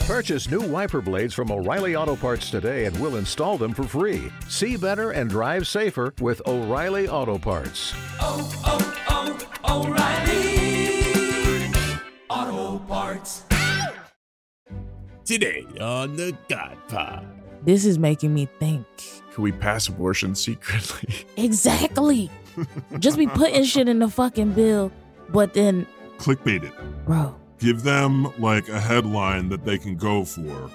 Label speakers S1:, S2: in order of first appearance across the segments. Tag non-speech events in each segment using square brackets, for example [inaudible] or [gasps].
S1: Purchase new wiper blades from O'Reilly Auto Parts today and we'll install them for free. See better and drive safer with O'Reilly Auto Parts.
S2: oh, oh, O'Reilly Auto Parts.
S3: Today on the God Pod.
S4: This is making me think.
S5: Could we pass abortion [laughs] secretly?
S4: [laughs] Exactly. Just be putting shit in the fucking bill, but then,
S6: clickbait it.
S4: bro,
S6: Give them like a headline that they can go for,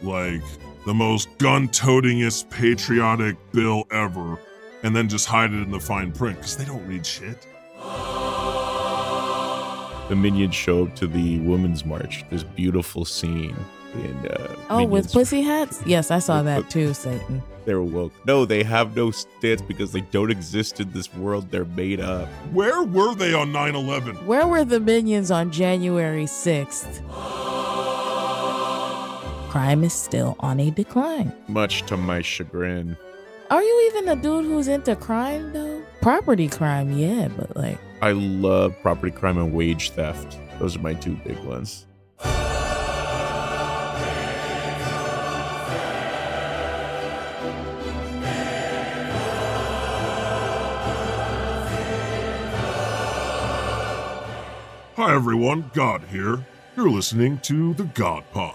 S6: like the most gun-totingest patriotic bill ever, and then just hide it in the fine print because they don't read shit.
S5: the minions show up to the women's march. This beautiful scene. And, uh,
S4: oh, with
S5: minions-
S4: pussy hats? Yes, I saw that too, Satan.
S5: They're woke. No, they have no stance because they don't exist in this world. They're made up.
S6: Where were they on 9/11?
S4: Where were the minions on January 6th? Crime is still on a decline.
S5: Much to my chagrin.
S4: Are you even a dude who's into crime, though? Property crime, yeah, but like,
S5: I love property crime and wage theft. Those are my two big ones.
S6: Hi everyone, God here. You're listening to the God Pod.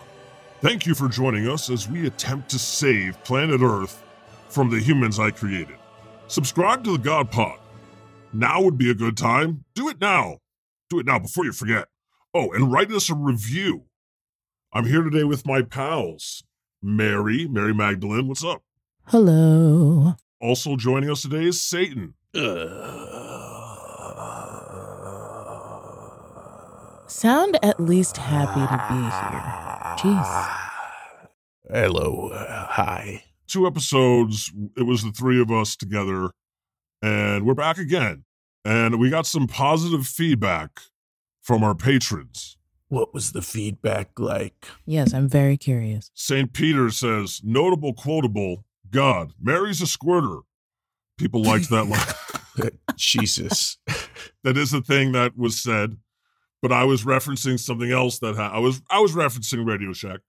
S6: Thank you for joining us as we attempt to save planet Earth from the humans I created. Subscribe to the God Pod. Now would be a good time. Do it now. Do it now before you forget. Oh, and write us a review. I'm here today with my pals, Mary, Mary Magdalene. What's up?
S4: hello.
S6: Also joining us today is Satan.
S4: Sound at least happy to be here. Jeez.
S5: Hello. Hi.
S6: two episodes. It was the three of us together, and we're back again. And we got some positive feedback from our patrons.
S3: What was the feedback
S4: [laughs]
S3: like?
S4: Yes, I'm very curious.
S6: St. Peter says, notable quotable, God, Mary's a squirter. People liked that line.
S5: Jesus. [laughs]
S6: That is a thing that was said, but I was referencing something else that ha- I was I was referencing Radio Shack.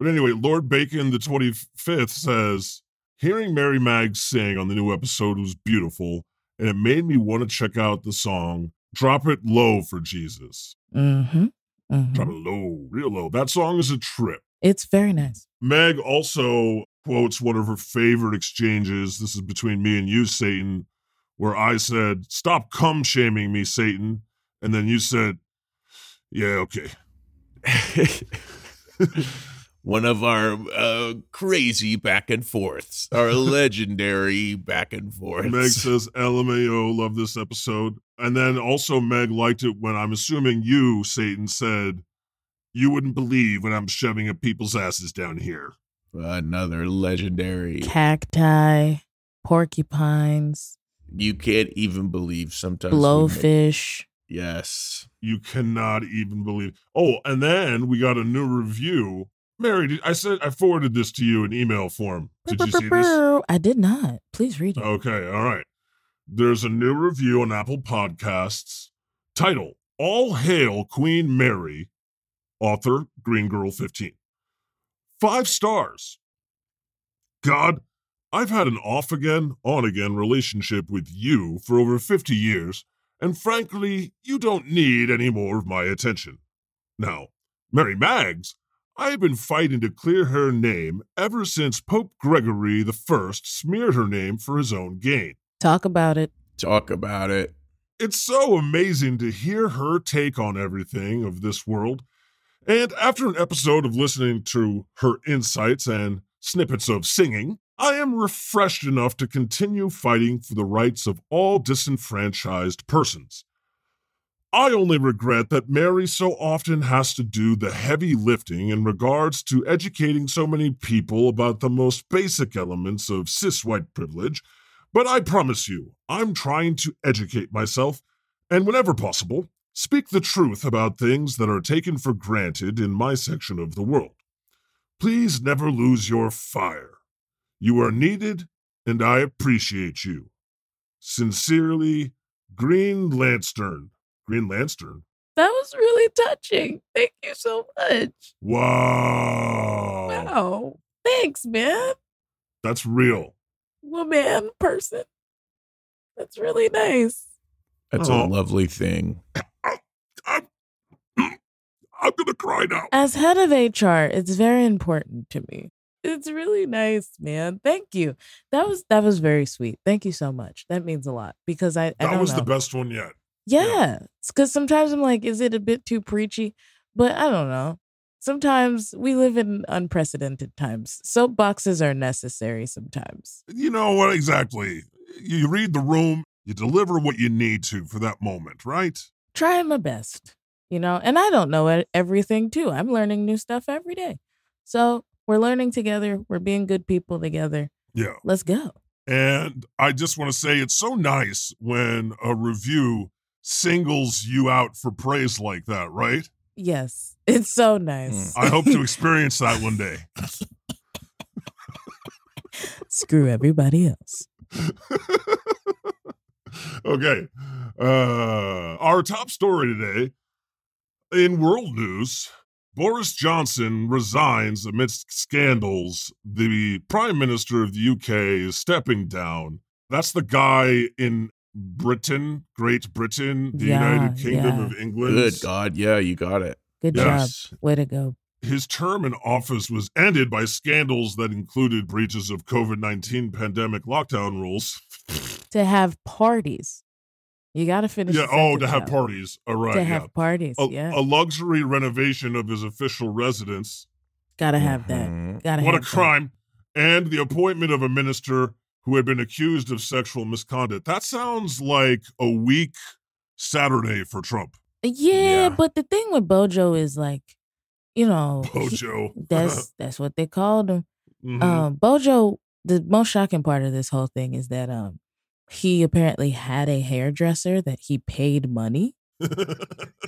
S6: But anyway, Lord Bacon the 25th says, "Hearing Mary Mag sing on the new episode was beautiful, and it made me want to check out the song Drop It Low for Jesus.
S4: Mm-hmm.
S6: Drop
S4: mm-hmm.
S6: it low, real low. That song is a trip."
S4: It's very nice.
S6: Meg also quotes one of her favorite exchanges. This is between me and you, Satan, where I said, Stop cum shaming me, Satan. And then you said, Yeah, okay.
S3: One of our uh, crazy back and forths,
S4: [laughs]
S3: our legendary back and
S6: Meg
S3: forths.
S6: says, LMAO, love this episode. And then also, Meg liked it when I'm assuming you, Satan, said, You wouldn't believe when I'm shoving at people's asses down here.
S3: Another legendary.
S4: Cacti, porcupines,
S3: You can't even believe sometimes. we make-
S4: blowfish.
S3: Yes.
S6: You cannot even believe. Oh, and then we got a new review. Mary, did, I said I forwarded this to you in email form. Did you see this? Oh.
S4: I did not. Please read it.
S6: Okay, all right. There's a new review on Apple Podcasts. Title: All Hail Queen Mary. Author: Green Girl 15. Five stars. God, I've had an off again, on again relationship with you for over 50 years, and frankly, you don't need any more of my attention. Now, Mary Maggs, I have been fighting to clear her name ever since Pope Gregory the First smeared her name for his own gain.
S4: Talk about it.
S3: Talk about it.
S6: It's so amazing to hear her take on everything of this world. And after an episode of listening to her insights and snippets of singing, I am refreshed enough to continue fighting for the rights of all disenfranchised persons. I only regret that Mary so often has to do the heavy lifting in regards to educating so many people about the most basic elements of cis white privilege, but I promise you, I'm trying to educate myself and, whenever possible, speak the truth about things that are taken for granted in my section of the world. Please never lose your fire. You are needed, and I appreciate you. Sincerely, Green Lantern. Green Lantern?
S4: That was really touching. Thank you so much.
S6: Wow.
S4: Wow. Thanks, man.
S6: That's real.
S4: Woman, person. That's really nice.
S5: That's
S6: Oh.
S5: a lovely thing.
S6: I'm going to cry now.
S4: As head of HR, it's very important to me. It's really nice, man. Thank you. That was that was very sweet. Thank you so much. That means a lot because I, I
S6: That
S4: don't
S6: was
S4: know.
S6: the best one yet.
S4: Yeah, because sometimes I'm like, is it a bit too preachy? But I don't know. Sometimes we live in unprecedented times. Soapboxes are necessary sometimes.
S6: You know what exactly? You read the room, you deliver what you need to for that moment, right?
S4: Trying my best, you know. And I don't know e- everything too. I'm learning new stuff every day. So we're learning together. We're being good people together.
S6: Yeah.
S4: Let's go.
S6: And I just want to say it's so nice when a review singles you out for praise like that, right?
S4: Yes, [laughs] it's so nice.
S6: Mm. I hope to experience that one day.
S4: [laughs] Screw everybody else.
S6: okay. Uh, our top story today in world news Boris Johnson resigns amidst scandals. The Prime Minister of the UK is stepping down. That's the guy in Britain, Great Britain, the
S4: Yeah,
S6: United Kingdom
S4: yeah.
S6: of England.
S5: Good God. Yeah, you got it.
S4: Good
S5: Yes.
S4: job. Way to go.
S6: His term in office was ended by scandals that included breaches of COVID 19 pandemic lockdown rules.
S4: To have parties. You got to finish.
S6: yeah,
S4: the
S6: oh,
S4: sentence
S6: to have
S4: out.
S6: parties. All right.
S4: to
S6: yeah. Oh,
S4: have parties.
S6: a,
S4: yeah,
S6: a luxury renovation of his official residence.
S4: gotta have that.
S5: Mhm.
S4: Gotta
S6: mm-hmm. What a
S4: have that.
S6: crime. And the appointment of a minister who had been accused of sexual misconduct. That sounds like a weak Saturday for Trump. [laughs]
S4: Yeah,
S5: Yeah.
S4: but the thing with Bojo is like, you know, he-
S6: Bojo. [laughs]
S4: that's that's what they called him.
S6: Mhm.
S4: Um, Bojo. The most shocking part of this whole thing is that um, he apparently had a hairdresser that he paid money. uh,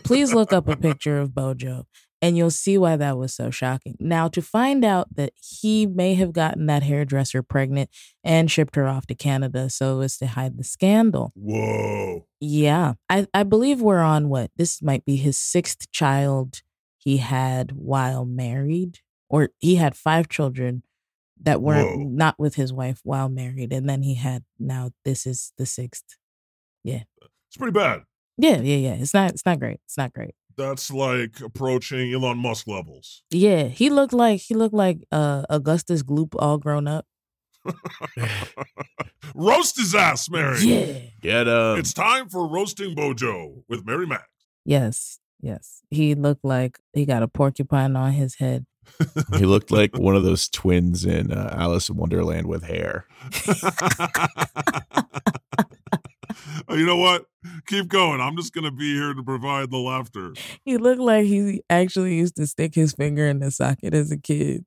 S4: Please look up a picture of Bojo, and you'll see why that was so shocking. Now, to find out that he may have gotten that hairdresser pregnant and shipped her off to Canada so as to hide the scandal.
S6: [laughs] Whoa.
S4: Yeah. I, I believe we're on what? This might be his sixth child he had while married, or he had five children that were
S6: Whoa.
S4: not with his wife while married. And then he had now this is the sixth.
S6: It's pretty bad.
S4: Yeah, yeah, yeah. It's not it's not great. It's not great.
S6: That's like approaching Elon Musk levels.
S4: Yeah. He looked like he looked like uh Augustus Gloop all grown up.
S5: Mm-hmm.
S6: [laughs] Roast his ass, Mary.
S4: Yeah.
S5: Get him.
S6: It's time for Roasting Bojo with Mary Mac.
S4: Yes. Yes. He looked like he got a porcupine on his head.
S5: He looked like one of those twins in uh, Alice in Wonderland with hair.
S6: Oh, you know what? Keep going. I'm just going to be here to provide the laughter.
S4: He looked like he actually used to stick his finger in the socket as a kid.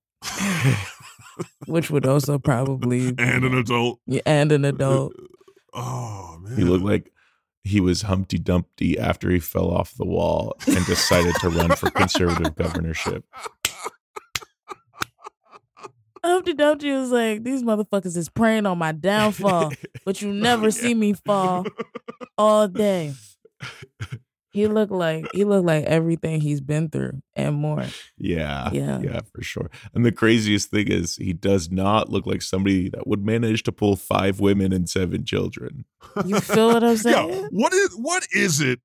S4: which would also probably
S6: and an adult.
S4: Yeah, and an adult.
S6: Oh, man.
S5: He looked like he was Humpty Dumpty after he fell off the wall and decided to run for conservative governorship.
S4: Humpty Dumpty was like, "These motherfuckers is preying on my downfall, but you never see me fall all day." He looked like he looked like everything he's been through and more.
S5: [laughs] Yeah.
S4: Yeah.
S5: Yeah, for sure. And the craziest thing is he does not look like somebody that would manage to pull five women and seven children. [laughs]
S4: You feel what I'm
S6: Yeah.
S4: saying?
S6: What is, what is it,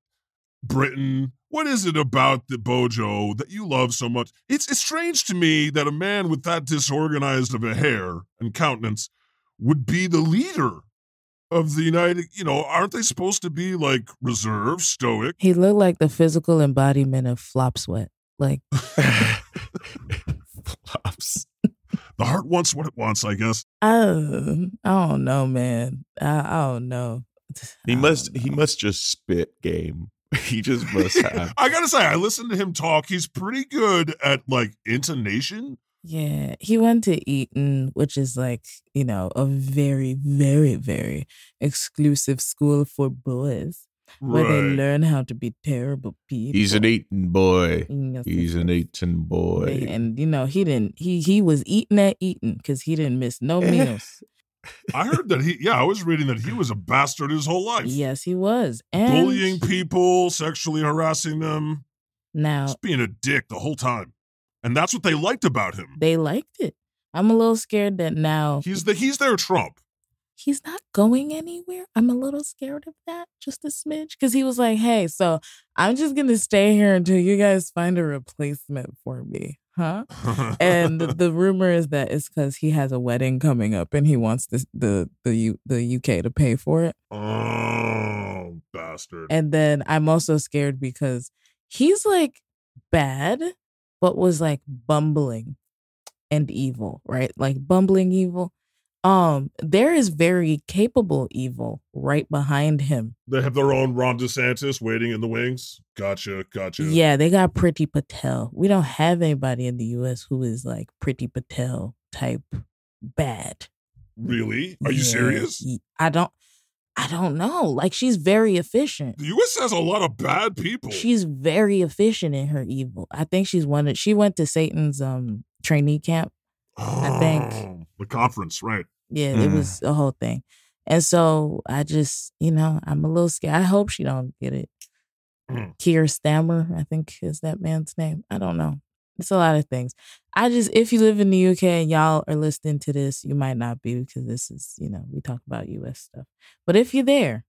S6: Britain? What is it about the Bojo that you love so much? It's, it's strange to me that a man with that disorganized of a hair and countenance would be the leader of the United. You know, aren't they supposed to be like reserved, stoic?
S4: He looked like the physical embodiment of flop sweat. Like,
S5: Flops.
S6: The heart wants what it wants, I guess.
S4: oh, I don't know, man. I, I don't know. I
S5: He
S4: don't
S5: must
S4: know.
S5: he must just spit game. [laughs] He just must have.
S6: I gotta say, I listened to him talk. He's pretty good at like intonation.
S4: Yeah, he went to Eton, which is like, you know, a very, very, very exclusive school for boys where they
S6: Right.
S4: learn how to be terrible people.
S5: He's an eating boy.
S4: Yes,
S5: He's
S4: yes,
S5: an eating
S4: yes.
S5: boy. [laughs]
S4: And you know, he didn't he he was eating at Eton because he didn't miss no meals.
S6: I heard that he, yeah, I was reading that he was a bastard his whole life.
S4: Yes, he was. And
S6: Bullying people, sexually harassing them,
S4: Now
S6: just being a dick the whole time. And that's what they liked about him.
S4: they liked it. I'm a little scared that now
S6: He's the he's their Trump.
S4: he's not going anywhere. I'm a little scared of that, just a smidge. Because he was like, hey, so I'm just going to stay here until you guys find a replacement for me, huh?
S6: [laughs]
S4: And the rumor is that it's because he has a wedding coming up and he wants this, the, the, U, the UK to pay for it.
S6: oh, bastard.
S4: And then I'm also scared because he's like bad, but was like bumbling and evil, right? Like bumbling evil. Um, there is very capable evil right behind him.
S6: they have their own Ron DeSantis waiting in the wings. Gotcha, gotcha.
S4: Yeah, they got Pretty Patel. We don't have anybody in the US who is like Pretty Patel type bad.
S6: Really? Are you
S4: Yeah,
S6: serious?
S4: y- I don't I don't know. Like she's very efficient.
S6: The U.S. has a lot of bad people.
S4: She's very efficient in her evil. I think she's one of she went to Satan's um trainee camp. I think-
S6: [gasps] the conference, right?
S4: Yeah, it
S5: Mm.
S4: was a whole thing. And so I just, you know, I'm a little scared. I hope she don't get it.
S6: Mm.
S4: Keir Stammer, I think is that man's name. I don't know. It's a lot of things. I just, if you live in the UK and y'all are listening to this, you might not be because this is, you know, we talk about US stuff. But if you're there,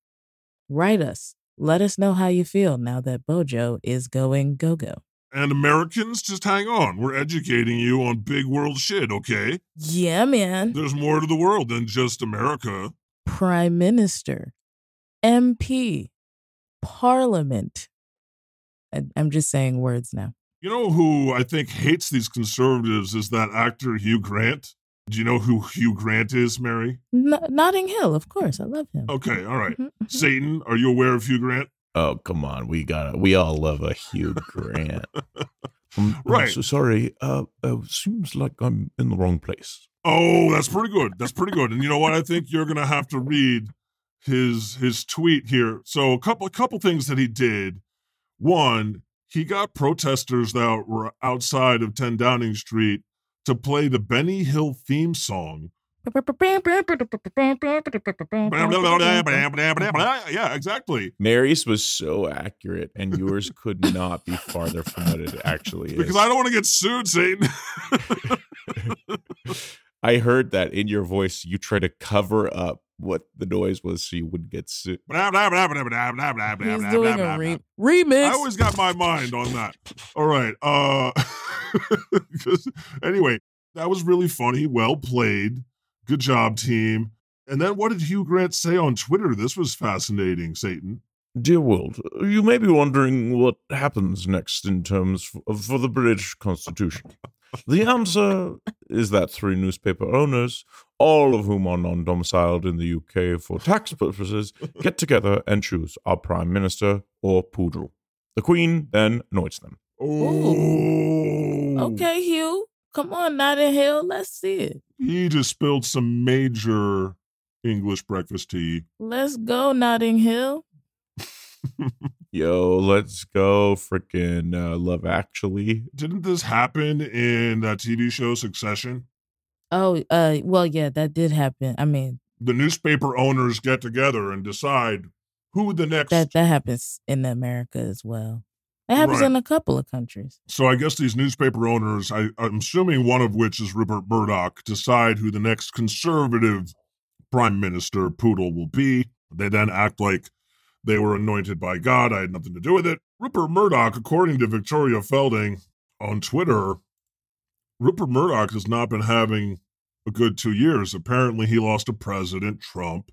S4: write us. Let us know how you feel now that Bojo is going go go.
S6: And Americans, just hang on. We're educating you on big world shit, okay?
S4: Yeah, man.
S6: There's more to the world than just America.
S4: prime minister, MP, parliament. I, I'm just saying words now.
S6: You know who I think hates these conservatives is that actor Hugh Grant. Do you know who Hugh Grant is, Mary?
S4: N- Notting Hill, of course. I love him.
S6: Okay, all right.
S4: Mhm, mhm.
S6: Satan, are you aware of Hugh Grant?
S5: Oh, come on. We got to We all love a Hugh Grant. Um, I'm, I'm
S6: Right.
S5: so sorry. Uh, uh, seems like I'm in the wrong place.
S6: Oh, that's pretty good. That's pretty good. And you know what? I think you're gonna have to read his his tweet here. So a couple a couple things that he did. One, he got protesters that were outside of 10 Downing Street to play the Benny Hill
S4: [laughs]
S6: theme song. Yeah, exactly.
S5: Mary's was so accurate, and yours could not be farther from what it actually is.
S6: [laughs] Because I don't want to get sued, Satan. [laughs]
S5: I heard that in your voice, you try to cover up what the noise was so you wouldn't get sued.
S4: He's doing a re- remix.
S6: I always got my mind on that. All right. Uh [laughs] 'cause- anyway, that was really funny. Well played. Good job, team. And then what did Hugh Grant say on Twitter? This was fascinating, Satan.
S5: Dear world, you may be wondering what happens next in terms of, for the British Constitution. The answer is that three newspaper owners, all of whom are non domiciled in the UK for tax purposes, get together and choose our Prime Minister or Poodle. The Queen then anoints them.
S6: Oh.
S4: okay, Hugh. Come on, Notting Hill. Let's see it.
S6: He just spilled some major English breakfast tea.
S4: Let's go, Notting Hill.
S5: Yo, let's go, freaking uh, Love Actually.
S6: Didn't this happen in that TV show Succession?
S4: Oh, uh, well, yeah, that did happen. I mean,
S6: The newspaper owners get together and decide who the next
S4: that that happens in America as well. That happens
S6: Right.
S4: in a couple of countries.
S6: So I guess these newspaper owners, I, I'm assuming one of which is Rupert Murdoch, decide who the next conservative prime minister poodle will be. They then act like they were anointed by God. I had nothing to do with it. Rupert Murdoch, according to Victoria Felding on Twitter, Rupert Murdoch has not been having a good two years. Apparently, he lost to President Trump,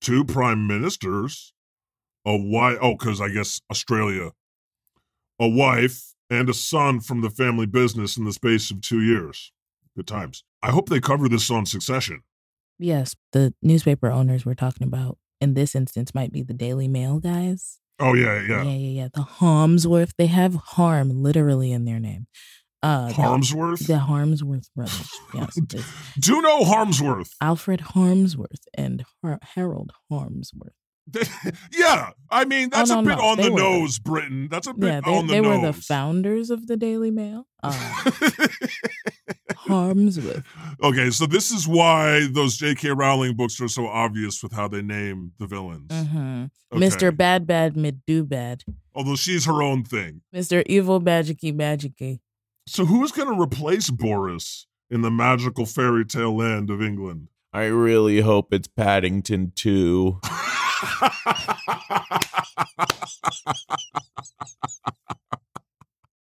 S6: two prime ministers, a wife. Oh, because I guess Australia a wife, and a son from the family business in the space of two years. Good times. I hope they cover this on Succession.
S4: Yes, the newspaper owners we're talking about in this instance might be the Daily Mail guys.
S6: Oh yeah,
S4: yeah,
S6: yeah.
S4: yeah. yeah. The Harmsworth. They have harm literally in their name. Uh, the-
S6: Harmsworth.
S4: The Harmsworth brothers.
S6: [laughs]
S4: Yes. it's
S6: Do no Harmsworth. [laughs]
S4: Alfred Harmsworth and Har- Harold Harmsworth.
S6: yeah, I mean that's
S4: Oh, no,
S6: a bit
S4: no,
S6: on
S4: they
S6: the
S4: were the-
S6: nose, Britain. That's a bit
S4: Yeah, they,
S6: on the
S4: they
S6: nose.
S4: Uh, were the founders of the Daily Mail. Uh, harm's way.
S6: [laughs] Okay, so this is why those J.K. Rowling books are so obvious with how they name the villains.
S4: Mhm.
S6: Okay.
S4: Mr. Bad Bad Mid Do Bad.
S6: Although she's her own thing.
S4: Mr. Evil Magicy Magicy.
S6: So who's going to replace Boris in the magical fairy tale land of England?
S3: I really hope it's Paddington 2.
S6: [laughs]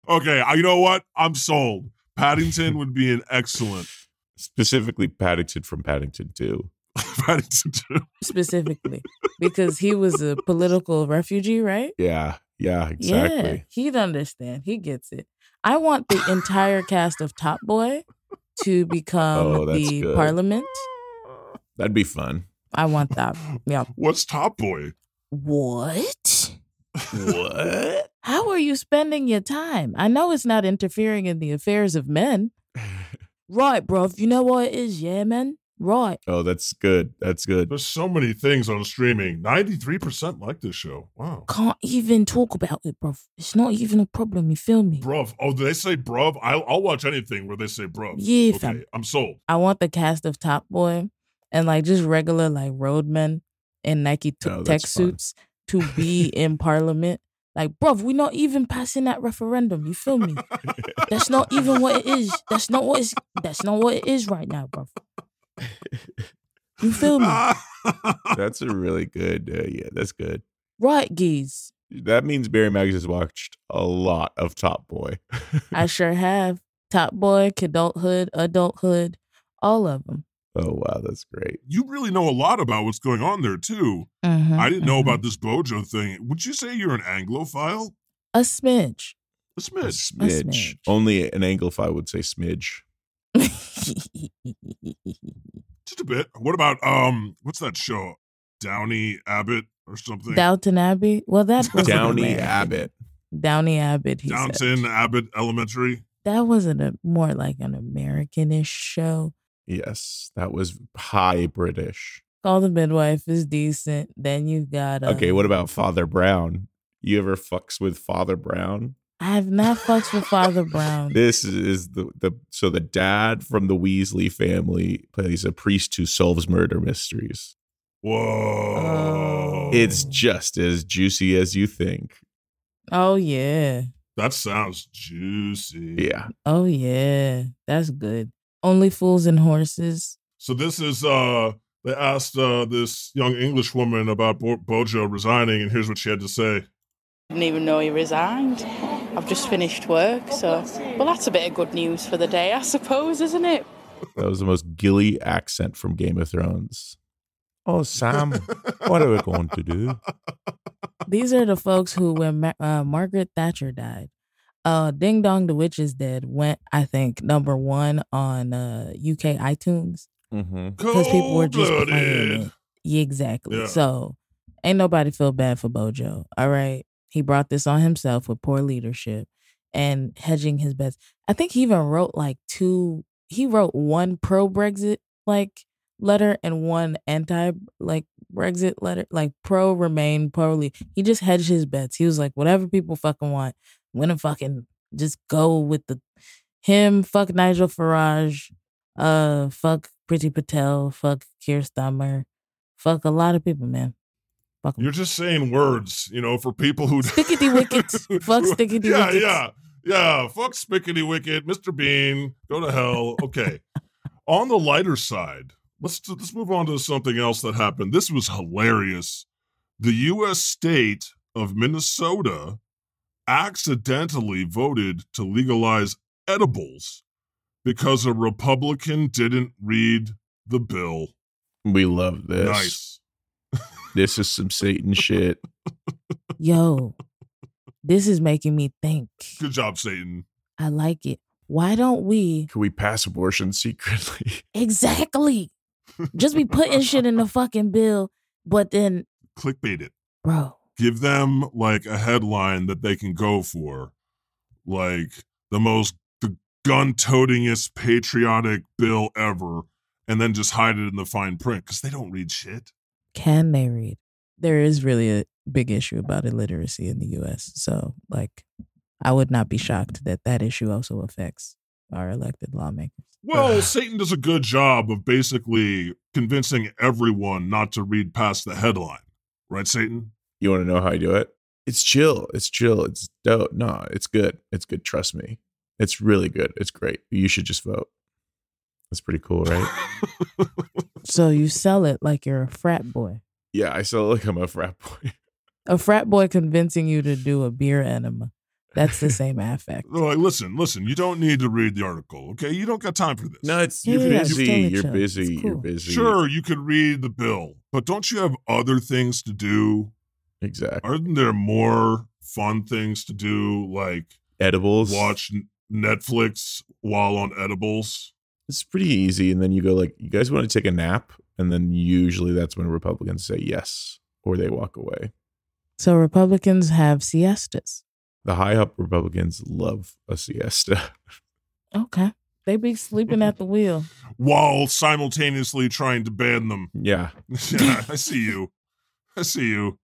S6: okay, I- you know what? I'm sold. Paddington would be an excellent [laughs]
S5: Specifically, Paddington from Paddington 2.
S6: Paddington too.
S4: Specifically. because he was a political refugee, right?
S5: Yeah, yeah, exactly.
S4: Yeah. He'd understand. He gets it. I want the entire cast of Top Boy to become
S5: Oh, that's
S4: the
S5: good.
S4: parliament.
S5: That'd be fun.
S4: I want that. Yeah.
S6: What's Top Boy?
S4: What?
S5: What?
S4: How are you spending your time? I know it's not interfering in the affairs of
S5: [laughs]
S4: men. right, bruv. You know what it is, yeah, man? Right.
S5: Oh, that's good. That's good.
S6: There's so many things on streaming. 93% like this show. Wow.
S4: Can't even talk about it, bruv. It's not even a problem. You feel me?
S6: Bruv. Oh, do they say bruv? I'll, I'll watch anything where they say bruv.
S4: Yeah,
S6: Okay,
S4: fam.
S6: I'm sold.
S4: I want the cast of Top Boy and like just regular like roadmen in Nike t-
S5: Oh,
S4: tech
S5: that's fun.
S4: suits to
S6: [laughs]
S4: be in parliament. Like, bruv, we're not even passing that referendum. You feel me? That's not even what it is. That's not what it's, that's not what it is right now, bruv. You feel me?
S5: That's a really good. Uh, yeah, that's good.
S4: Right, geez.
S5: That means Barry Maggs has watched a lot of Top Boy.
S4: I sure have. Top Boy, Kidulthood, Adulthood, all of them.
S5: Oh wow, that's great.
S6: [laughs] you really know a lot about what's going on there, too. I didn't know about this Bojo thing. Would you say you're an Anglophile?
S4: a smidge. [laughs]
S5: A
S6: A smidge.
S5: smidge.
S4: smidge.
S5: Only an Anglophile would say smidge.
S6: Just a bit. What about um what's that show? Downey Abbott or something?
S4: Downton Abbey. Well, that was
S5: Downey Abbott.
S4: Downey Abbott. He said.
S6: Downton Abbott Elementary.
S4: that wasn't a more like an Americanish show.
S5: Yes, that was high British.
S4: Call the Midwife is decent. Then you've got uh,
S5: Okay, what about Father Brown? You ever fucks with Father Brown?
S4: I have not fucked with
S5: [laughs]
S4: Father Brown.
S5: This is the the so the dad from the Weasley family plays a priest who solves murder mysteries.
S6: Whoa.
S5: It's just as juicy as you think.
S4: Oh yeah,
S6: that sounds juicy.
S5: Yeah.
S4: oh yeah, that's good. Only fools and horses.
S6: So this is uh they asked uh this young English woman about Bo- Bojo resigning and here's what she had to say.
S7: didn't even know he resigned. I've just finished work, so well, that's a bit of good news for the day, I suppose, isn't it?
S5: That was the most gilly accent from Game of Thrones. Oh,
S6: [laughs]
S5: Sam, what are we going to do?
S4: These are the folks who, when Ma- uh, Margaret Thatcher died, uh, Ding Dong the Witch is Dead went, I think, number one on uh, UK iTunes.
S5: Mm-hmm.
S4: because people were just
S6: Cold-blooded.
S4: playing it. Yeah, exactly.
S6: Yeah.
S4: So ain't nobody feel bad for Bojo. All right. He brought this on himself with poor leadership and hedging his bets. I think he even wrote like two he wrote one pro Brexit like letter and one anti like Brexit letter, like pro remain, pro leave. He just hedged his bets. He was like, whatever people fucking want, I'm gonna fucking just go with the him, fuck Nigel Farage, uh, fuck Priti Patel, fuck Keir Starmer, fuck a lot of people, man. Fuck 'em.
S6: You're [laughs] just saying words, you know, for people who
S4: Stickity wickets.
S6: [laughs]
S4: Fuck stickity
S6: yeah,
S4: wickets.
S6: Yeah, yeah, yeah. Fuck spickety wicket, Mr. Bean. Go to hell.
S4: [laughs]
S6: Okay. on the lighter side, let's let's move on to something else that happened. This was hilarious. The U.S. state of Minnesota accidentally voted to legalize edibles because a Republican didn't read the bill.
S5: We love this.
S6: Nice.
S5: This is some Satan shit.
S4: Yo, this is making me think.
S6: Good job, Satan.
S4: I like it. Why don't we
S5: Can we pass abortion secretly?
S4: exactly just be
S6: [laughs]
S4: putting shit in the fucking bill, but then,
S6: Clickbait it.
S4: bro,
S6: give them like a headline that they can go for like the most the gun-totingest patriotic bill ever and then just hide it in the fine print because they don't read shit
S4: can they read? There is really a big issue about illiteracy in the US. So, like, I would not be shocked that that issue also affects our elected lawmakers.
S6: Well, Satan does a good job of basically convincing everyone not to read past the headline. Right, Satan?
S5: You want to know how I do it? It's chill. It's chill. It's dope. No, it's good. It's good. Trust me. It's really good. It's great. You should just vote. That's pretty cool, [laughs] right?
S4: So you sell it like you're a frat boy.
S5: yeah, I sell it like I'm a frat boy.
S4: A frat boy convincing you to do a beer enema. That's the same affect.
S6: They're like, listen, listen, you don't need to read the article, okay? You don't got time for this.
S5: No, it's
S4: Yeah,
S5: you're
S4: yeah, yeah,
S5: busy.
S4: totally
S5: You're
S4: chill.
S5: busy.
S4: It's
S5: You're
S4: cool.
S5: busy.
S6: Sure, you could read the bill, but don't you have other things to do?
S5: Exactly.
S6: Aren't there more fun things to do, like
S5: Edibles.
S6: watch N- Netflix while on edibles?
S5: It's pretty easy. And then you go like, you guys want to take a nap? And then usually that's when Republicans say yes, or they walk away.
S4: So Republicans have siestas.
S5: The high up Republicans love a siesta. [laughs]
S4: Okay. They be sleeping
S6: [laughs]
S4: at the wheel.
S6: While simultaneously trying to ban them. [laughs]
S5: yeah.
S6: yeah, I see you. I see you.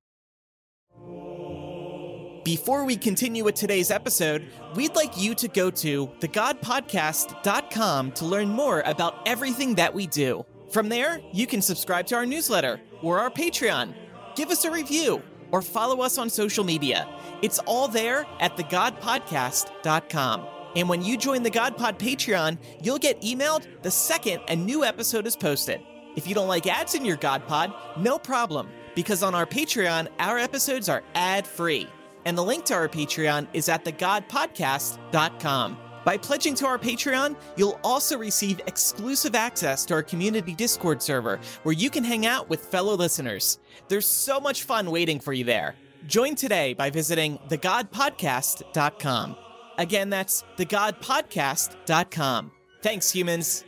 S8: Before we continue with today's episode, we'd like you to go to thegodpodcast.com to learn more about everything that we do. From there, you can subscribe to our newsletter or our Patreon, give us a review, or follow us on social media. It's all there at thegodpodcast.com. And when you join the GodPod Patreon, you'll get emailed the second a new episode is posted. If you don't like ads in your GodPod, no problem, because on our Patreon, our episodes are ad free. And the link to our Patreon is at thegodpodcast.com. By pledging to our Patreon, you'll also receive exclusive access to our community Discord server where you can hang out with fellow listeners. There's so much fun waiting for you there. Join today by visiting thegodpodcast.com. Again, that's thegodpodcast.com. Thanks, humans.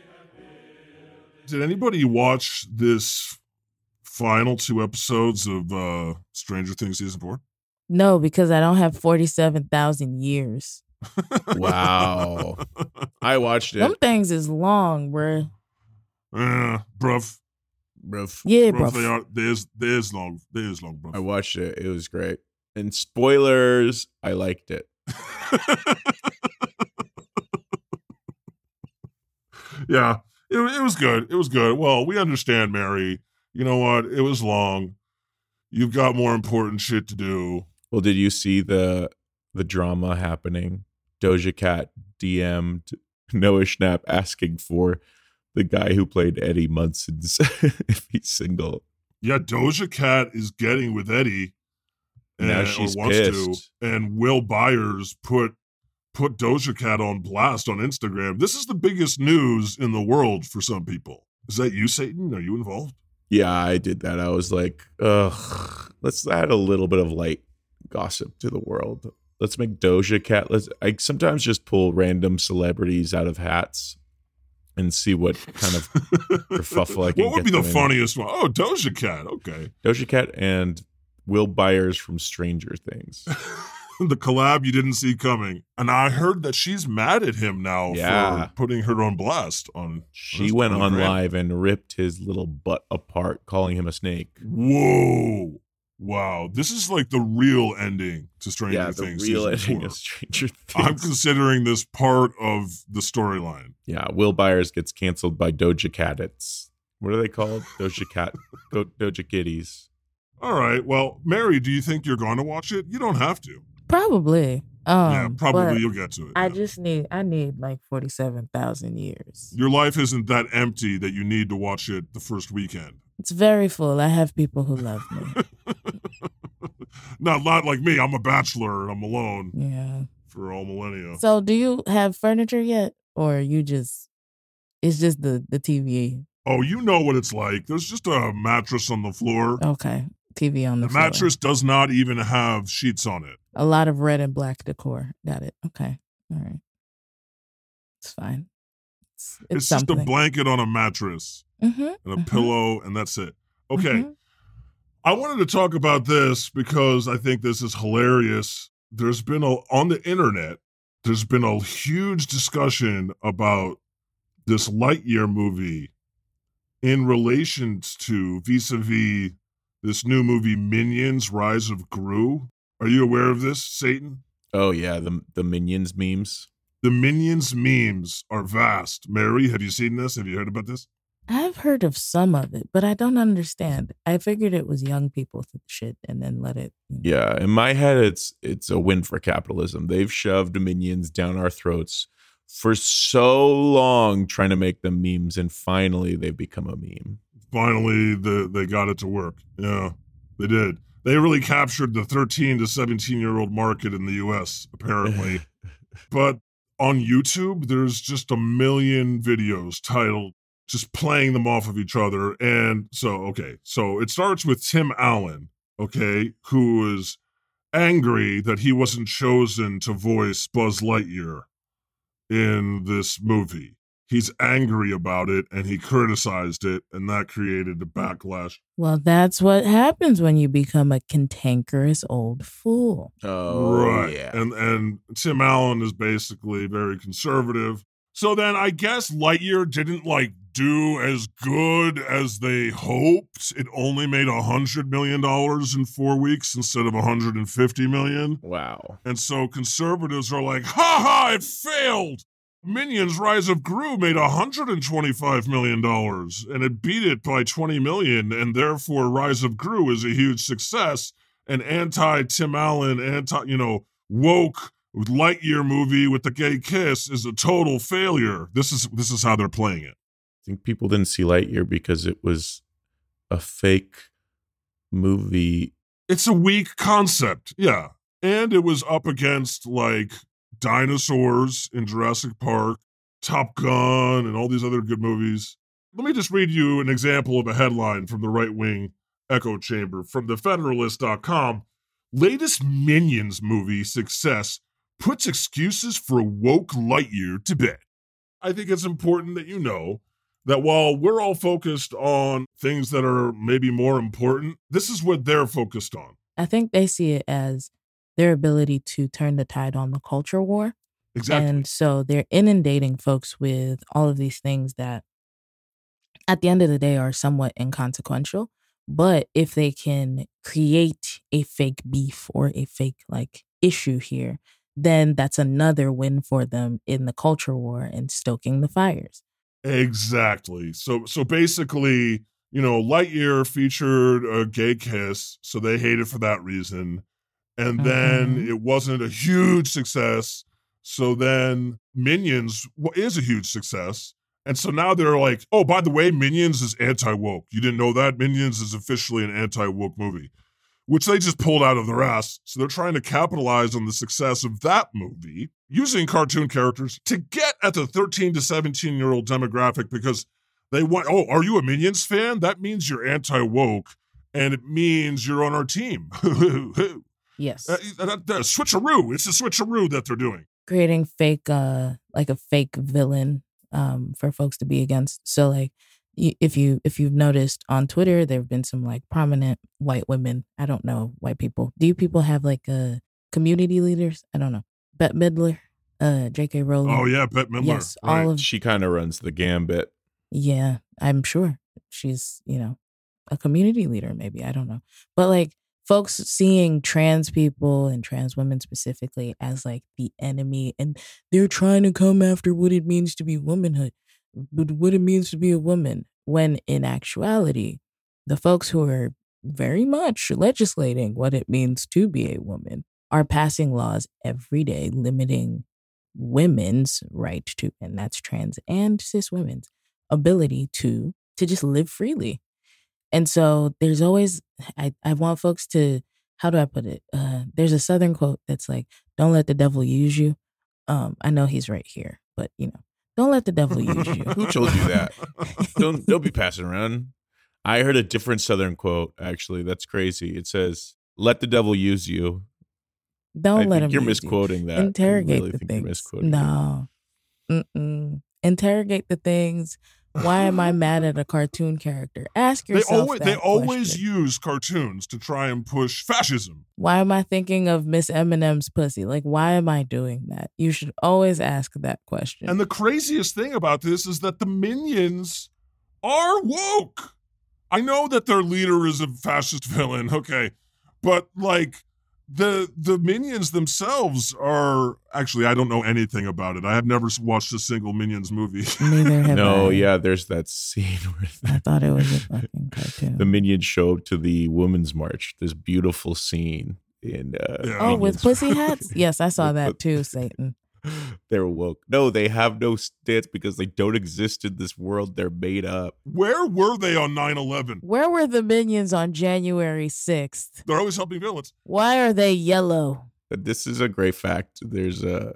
S6: Did anybody watch this final two episodes of uh Stranger Things season four?
S4: No, because I don't have 47,000 years.
S5: [laughs] Wow. I watched it.
S4: Them things is long, bruh.
S6: Uh, bruv.
S5: Bruv.
S4: Yeah,
S6: bruv, they
S4: bruv.
S6: are there's there's long there's long bruv.
S5: I watched it. It was great. And spoilers, I liked it.
S6: [laughs] yeah, it, it was good. It was good. Well, we understand, Mary. You know what? It was long. You've got more important shit to do.
S5: Well, did you see the the drama happening? Doja Cat DM'd [laughs] Noah Schnapp asking for the guy who played Eddie Munson's [laughs] if he's single.
S6: Yeah, Doja Cat is getting with Eddie,
S5: Now
S6: or
S5: she's pissed.
S6: and Will Byers put put Doja Cat on blast on Instagram. This is the biggest news in the world for some people. Is that you, Satan? Are you involved?
S5: Yeah, I did that. I was like, ugh, let's add a little bit of light gossip to the world. Let's make Doja Cat. Let's. I sometimes just pull random celebrities out of hats and see what kind
S6: [laughs]
S5: of kerfuffle I can
S6: What would
S5: get
S6: be the
S5: them in.
S6: funniest one? Oh, Doja Cat. Okay, [laughs]
S5: Doja Cat and Will Byers from Stranger
S6: [laughs]
S5: Things.
S6: the collab you didn't see coming, and I heard that she's mad at him now
S5: Yeah.
S6: for putting her on blast. On
S5: She went
S6: on
S5: on
S6: Instagram.
S5: live and ripped his little butt apart, calling him a snake.
S6: whoa, wow, this is like the real ending to Stranger
S5: yeah, the
S6: Things.
S5: real
S6: season
S5: ending
S6: four.
S5: of Stranger
S6: [laughs] I'm
S5: Things.
S6: considering this part of the storyline.
S5: yeah, Will Byers gets canceled by Doja Cat. It's what are they called? Doja Cat, Do- Doja Kitties.
S6: All right. Well, Mary, do you think you're going to watch it? You don't have to.
S4: Probably. Um,
S6: yeah,
S4: but
S6: probably you'll get to it.
S4: I
S6: yeah.
S4: just need, I need like 47,000 years.
S6: Your life isn't that empty that you need to watch it the first weekend.
S4: It's very full. I have people who love
S6: [laughs]
S4: me.
S6: Not not like me. I'm a bachelor and I'm alone
S4: yeah.
S6: for all millennia.
S4: So do you have furniture yet? Or you just, it's just the, the TV.
S6: Oh, you know what it's like. There's just a mattress on the floor.
S4: Okay. TV on the,
S6: the
S4: floor.
S6: mattress does not even have sheets on it.
S4: A lot of red and black decor. Got it. Okay. All right. It's fine. It's, it's,
S6: It's, just
S4: something.
S6: a blanket on a mattress
S4: mm-hmm.
S6: and a
S4: Mhm.
S6: pillow, and that's it. Okay. I wanted to talk about this because I think this is hilarious. There's been a on the internet, there's been a huge discussion about this Lightyear movie in relation to vis-a-vis this new movie Minions Rise of Gru. Are you aware of this, Satan?
S5: Oh yeah, the the Minions memes.
S6: The Minions memes are vast. Mary, have you seen this? Have you heard about this?
S4: I've heard of some of it, but I don't understand. I figured it was young people th- shit and then let it. you know.
S5: Yeah, in my head, it's it's a win for capitalism. They've shoved minions down our throats for so long, trying to make them memes, and finally they've become a meme.
S6: Finally, the, they got it to work. Yeah, they did. They really captured the 13 to 17 year old market in the US, apparently. but on YouTube, there's just a million videos titled just playing them off of each other. And so, okay, so it starts with Tim Allen, okay, who is angry that he wasn't chosen to voice Buzz Lightyear in this movie. He's angry about it and he criticized it, and that created a backlash.
S4: Well, that's what happens when you become a cantankerous old fool.
S5: Oh,
S6: right.
S5: yeah.
S6: And and Tim Allen is basically very conservative. So then I guess Lightyear didn't like do as good as they hoped. It only made a hundred million dollars in four weeks instead of a hundred and fifty million.
S5: wow.
S6: And so conservatives are like, ha ha, it failed. Minions Rise of Gru made $125 million and it beat it by 20 million, and therefore Rise of Gru is a huge success. An anti Tim Allen, anti, you know, woke Lightyear movie with the gay kiss is a total failure. This is this is how they're playing it.
S5: I think people didn't see Lightyear because it was a fake movie.
S6: It's a weak concept. Yeah. And it was up against like dinosaurs in Jurassic Park, Top Gun, and all these other good movies. Let me just read you an example of a headline from the right wing echo chamber from the Federalist.com. Latest Minions movie success puts excuses for woke Lightyear to bed. I think it's important that you know that while we're all focused on things that are maybe more important, this is what they're focused on.
S4: I think they see it as their ability to turn the tide on the culture war.
S6: Exactly.
S4: And so they're inundating folks with all of these things that, at the end of the day, are somewhat inconsequential. But if they can create a fake beef or a fake like issue here, then that's another win for them in the culture war and stoking the fires.
S6: Exactly. So so basically, you know, Lightyear featured a gay kiss, so they hate it for that reason. And then
S4: Mhm.
S6: it wasn't a huge success. So then Minions wa- is a huge success. And so now they're like, oh, by the way, Minions is anti woke. You didn't know that? Minions is officially an anti woke movie, which they just pulled out of their ass. So they're trying to capitalize on the success of that movie using cartoon characters to get at the 13 to 17 year old demographic because they want, oh, are you a Minions fan? That means you're anti woke and it means you're on our team. [laughs]
S4: Yes.
S6: Uh, uh, uh, switcheroo. It's a switcheroo that they're doing.
S4: creating fake uh like a fake villain um for folks to be against so like y- if you if you've noticed on twitter there have been some like prominent white women i don't know white people do you people have like uh community leaders i don't know bette midler uh jk rowling
S6: Oh yeah, Bette Midler.
S4: yes
S6: right.
S4: all of
S5: She kind of runs the gambit.
S4: yeah, I'm sure she's, you know, a community leader, maybe. I don't know. But like folks seeing trans people and trans women specifically as like the enemy and they're trying to come after what it means to be womanhood, but what it means to be a woman, when in actuality, the folks who are very much legislating what it means to be a woman are passing laws every day limiting women's right to, and that's trans and cis women's ability to to just live freely and so there's always i i want folks to how do i put it uh there's a southern quote that's like don't let the devil use you um i know he's right here but you know don't let the devil
S6: [laughs]
S4: use you
S5: Who told you that? don't don't be passing around. I heard a different Southern quote actually. That's crazy. It says, "Let the devil use you."
S4: don't
S5: I
S4: let
S5: think
S4: him
S5: You're
S4: use you.
S5: misquoting that. I
S4: interrogate
S5: really
S4: the
S5: think
S4: things
S5: You're misquoting it.
S4: no Mm-mm. interrogate the things why am i mad at a cartoon character ask [laughs]
S6: They
S4: yourself
S6: always
S4: that
S6: they always
S4: question.
S6: use cartoons to try and push fascism.
S4: Why am I thinking of Miss Eminem's pussy? Like, why am I doing that? You should always ask that question.
S6: And the craziest thing about this is that the minions are woke. I know that their leader is a fascist villain, okay, but like the the minions themselves are actually I don't know anything about it. I have never watched a single Minions movie. [laughs]
S5: [laughs]
S4: Neither have
S5: No,
S4: I.
S5: yeah, there's that scene [laughs] where
S4: I
S5: the,
S4: thought it
S5: [laughs]
S4: was a fucking cartoon.
S5: the minions show up to the women's march. This beautiful scene in uh,
S6: Yeah.
S4: oh, with
S5: Minions.
S4: pussy
S5: [laughs]
S4: hats? Yes, I saw
S5: With
S4: that
S5: the-
S4: too, Satan.
S5: They're woke. No, [laughs] they have no stance because they don't exist in this world. They're made up.
S6: Where were they on 9/11?
S4: Where were the minions on January 6th?
S6: They're always helping villains.
S4: Why are they yellow?
S5: But This is a great fact. There's a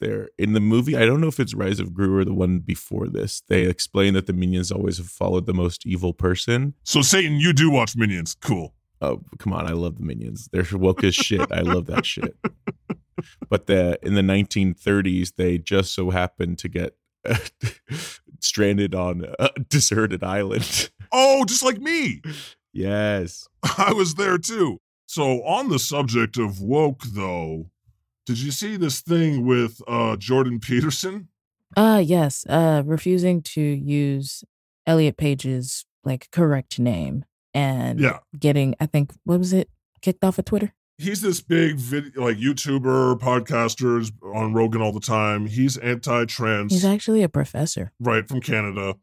S5: there in the movie. I don't know if it's Rise of Gru or the one before this. They explain that the minions always have followed the most evil person.
S6: So Satan, you do watch Minions. Cool.
S5: Oh, come on! I love the minions. They're woke as shit. I love that shit. But the in the 1930s, they just so happened to get [laughs] stranded on a deserted island. [laughs]
S6: Oh, just like me.
S5: yes.
S6: [laughs] I was there too. So on the subject of woke though, did you see this thing with uh Jordan Peterson?
S4: Uh yes, uh refusing to use Elliot Page's like correct name and
S6: Yeah.
S4: getting I think what was it? Kicked off of Twitter?
S6: He's this big video like YouTuber, podcaster, is on Rogan all the time. He's anti-trans.
S4: He's actually a professor.
S6: right from Canada,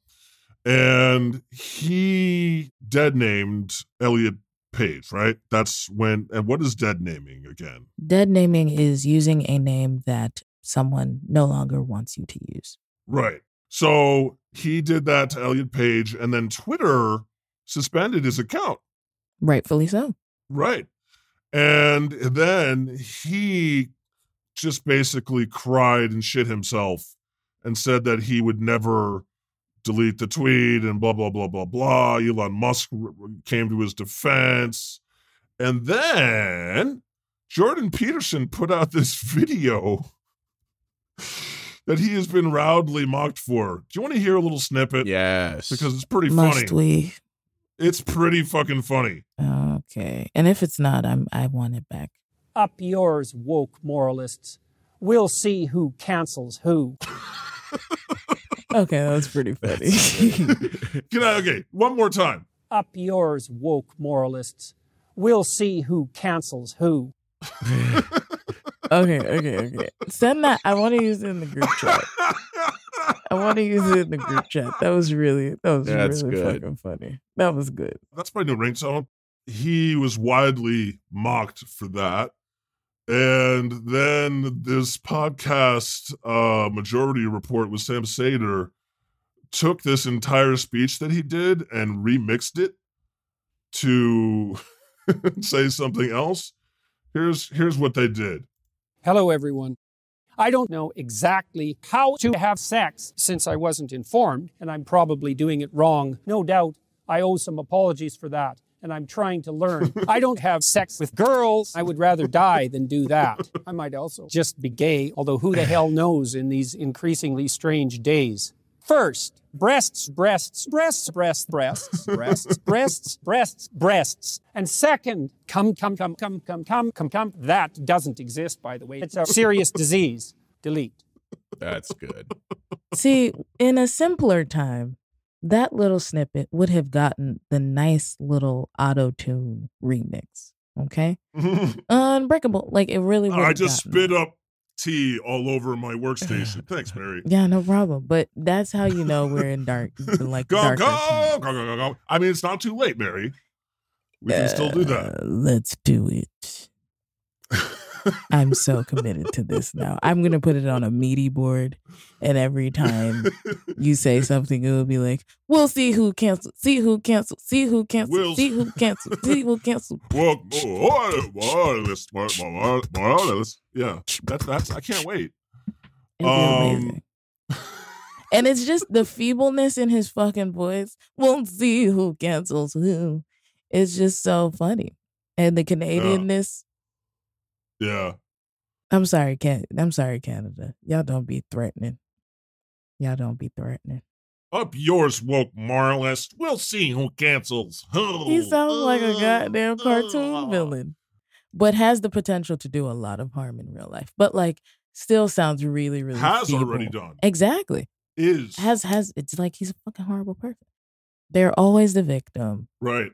S6: and he dead named Elliot Page. Right, that's when. And what is dead naming again?
S4: Dead naming is using a name that someone no longer wants you to use.
S6: Right. So he did that to Elliot Page, and then Twitter suspended his account.
S4: Rightfully so.
S6: Right. And then he just basically cried and shit himself and said that he would never delete the tweet and blah, blah, blah, blah, blah. Elon Musk r- r- came to his defense. And then Jordan Peterson put out this [laughs] video that he has been roundly mocked for. Do you want to hear a little snippet?
S5: Yes.
S6: Because it's pretty
S4: Must
S6: funny.
S4: we?
S6: It's pretty fucking funny.
S4: Okay. And if it's not, I'm I want it back.
S9: Up yours, woke moralists. We'll see who cancels who.
S4: Okay, that was
S6: [laughs]
S4: pretty funny.
S6: Can I, okay, one more time.
S9: Up yours, woke moralists. We'll see who cancels who.
S4: [laughs] okay, okay, okay. Send that. I want to use it in the group chat. I want to use it in the [laughs] group chat. That was really that was
S5: That's
S4: really
S5: good.
S4: fucking funny. That was good.
S6: [laughs] That's my new ringtone. He was widely mocked for that. And then this podcast, uh, Majority Report with Sam Sater, took this entire speech that he did and remixed it to [laughs] say something else. Here's here's what they did. [laughs]
S9: Hello, everyone. I don't know exactly how to have sex since I wasn't informed, and I'm probably doing it wrong. No doubt I owe some apologies for that, and I'm trying to learn. I don't have sex with girls. I would rather die than do that. I might also just be gay, although who the hell knows in these increasingly strange days. First, breasts, breasts, breasts, breasts, breasts, breasts, breasts, breasts, breasts. And second, come, come, come, come, come, come, come, come. That doesn't exist, by the way. It's a serious disease. Delete.
S5: That's good.
S4: See, in a simpler time, that little snippet would have gotten the nice little auto tune remix. Okay, unbreakable. Like it really. would
S6: I
S4: have
S6: just
S4: gotten that.
S6: spit up tea all over
S4: [laughs]
S6: my workstation. Thanks, Mary.
S4: Yeah, no problem. But that's how you know we're in
S6: [laughs]
S4: dark, like
S6: Go, go,
S4: darker times.
S6: go, go, go, go. I mean, it's not too late, Mary. We can still do
S4: Uh,
S6: that.
S4: Let's do it. I'm so committed to this now. I'm gonna put it on a meaty board, and every time you
S6: [laughs]
S4: say something, it'll be like, "We'll see who canceled, see who canceled, see who canceled,
S6: We'll-
S4: see
S6: [laughs]
S4: who canceled, see who canceled."
S6: Well, more, more, less, more, more, more, less. Yeah, that's that's. I can't wait.
S4: It'll be
S6: Um,
S4: amazing. And it's just the feebleness in his fucking voice. We'll see who cancels who. It's just so funny, and the Canadianness.
S6: Yeah,
S4: I'm sorry, Can I'm sorry, Canada. Y'all don't be threatening. Y'all don't be threatening.
S6: up yours, woke moralist. We'll see who cancels who. Uh,
S4: He sounds like a goddamn cartoon villain, but has the potential to do a lot of harm in real life. But like, still sounds really, really
S6: Has
S4: feeble.
S6: already done.
S4: exactly.
S6: Is
S4: Has has it's like he's a fucking horrible person. They're always the victim.
S6: right.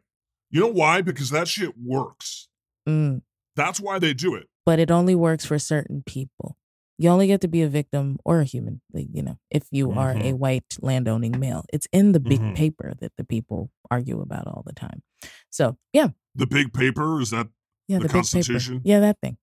S6: You know why? Because that shit works.
S4: Mm.
S6: That's why they do it.
S4: but it only works for certain people. You only get to be a victim or a human, like, you know, if you are a
S6: Mm-hmm.
S4: white landowning male. It's in the big
S6: Mhm.
S4: paper that the people argue about all the time. So, yeah,
S6: The big paper is that.
S4: yeah, the, big
S6: The
S4: paper.
S6: Constitution?
S4: Yeah, that thing.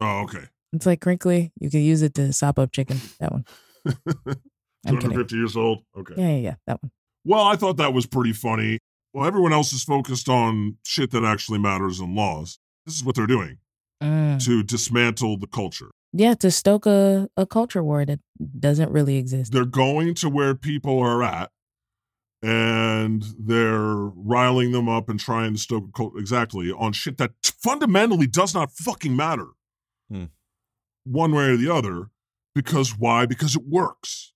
S6: Oh, okay.
S4: It's like crinkly. You can use it to sop up chicken. That one. I'm kidding.
S6: 250 years old. Okay.
S4: Yeah, yeah, yeah. That one.
S6: Well, I thought that was pretty funny. Well, everyone else is focused on shit that actually matters and laws. This is what they're doing
S4: Mm.
S6: to dismantle the culture.
S4: Yeah, to stoke a, a culture war that doesn't really exist.
S6: They're going to where people are at and they're riling them up and trying to stoke a cult exactly on shit that t- fundamentally does not fucking matter
S5: Hmm.
S6: one way or the other. Because why? Because it works.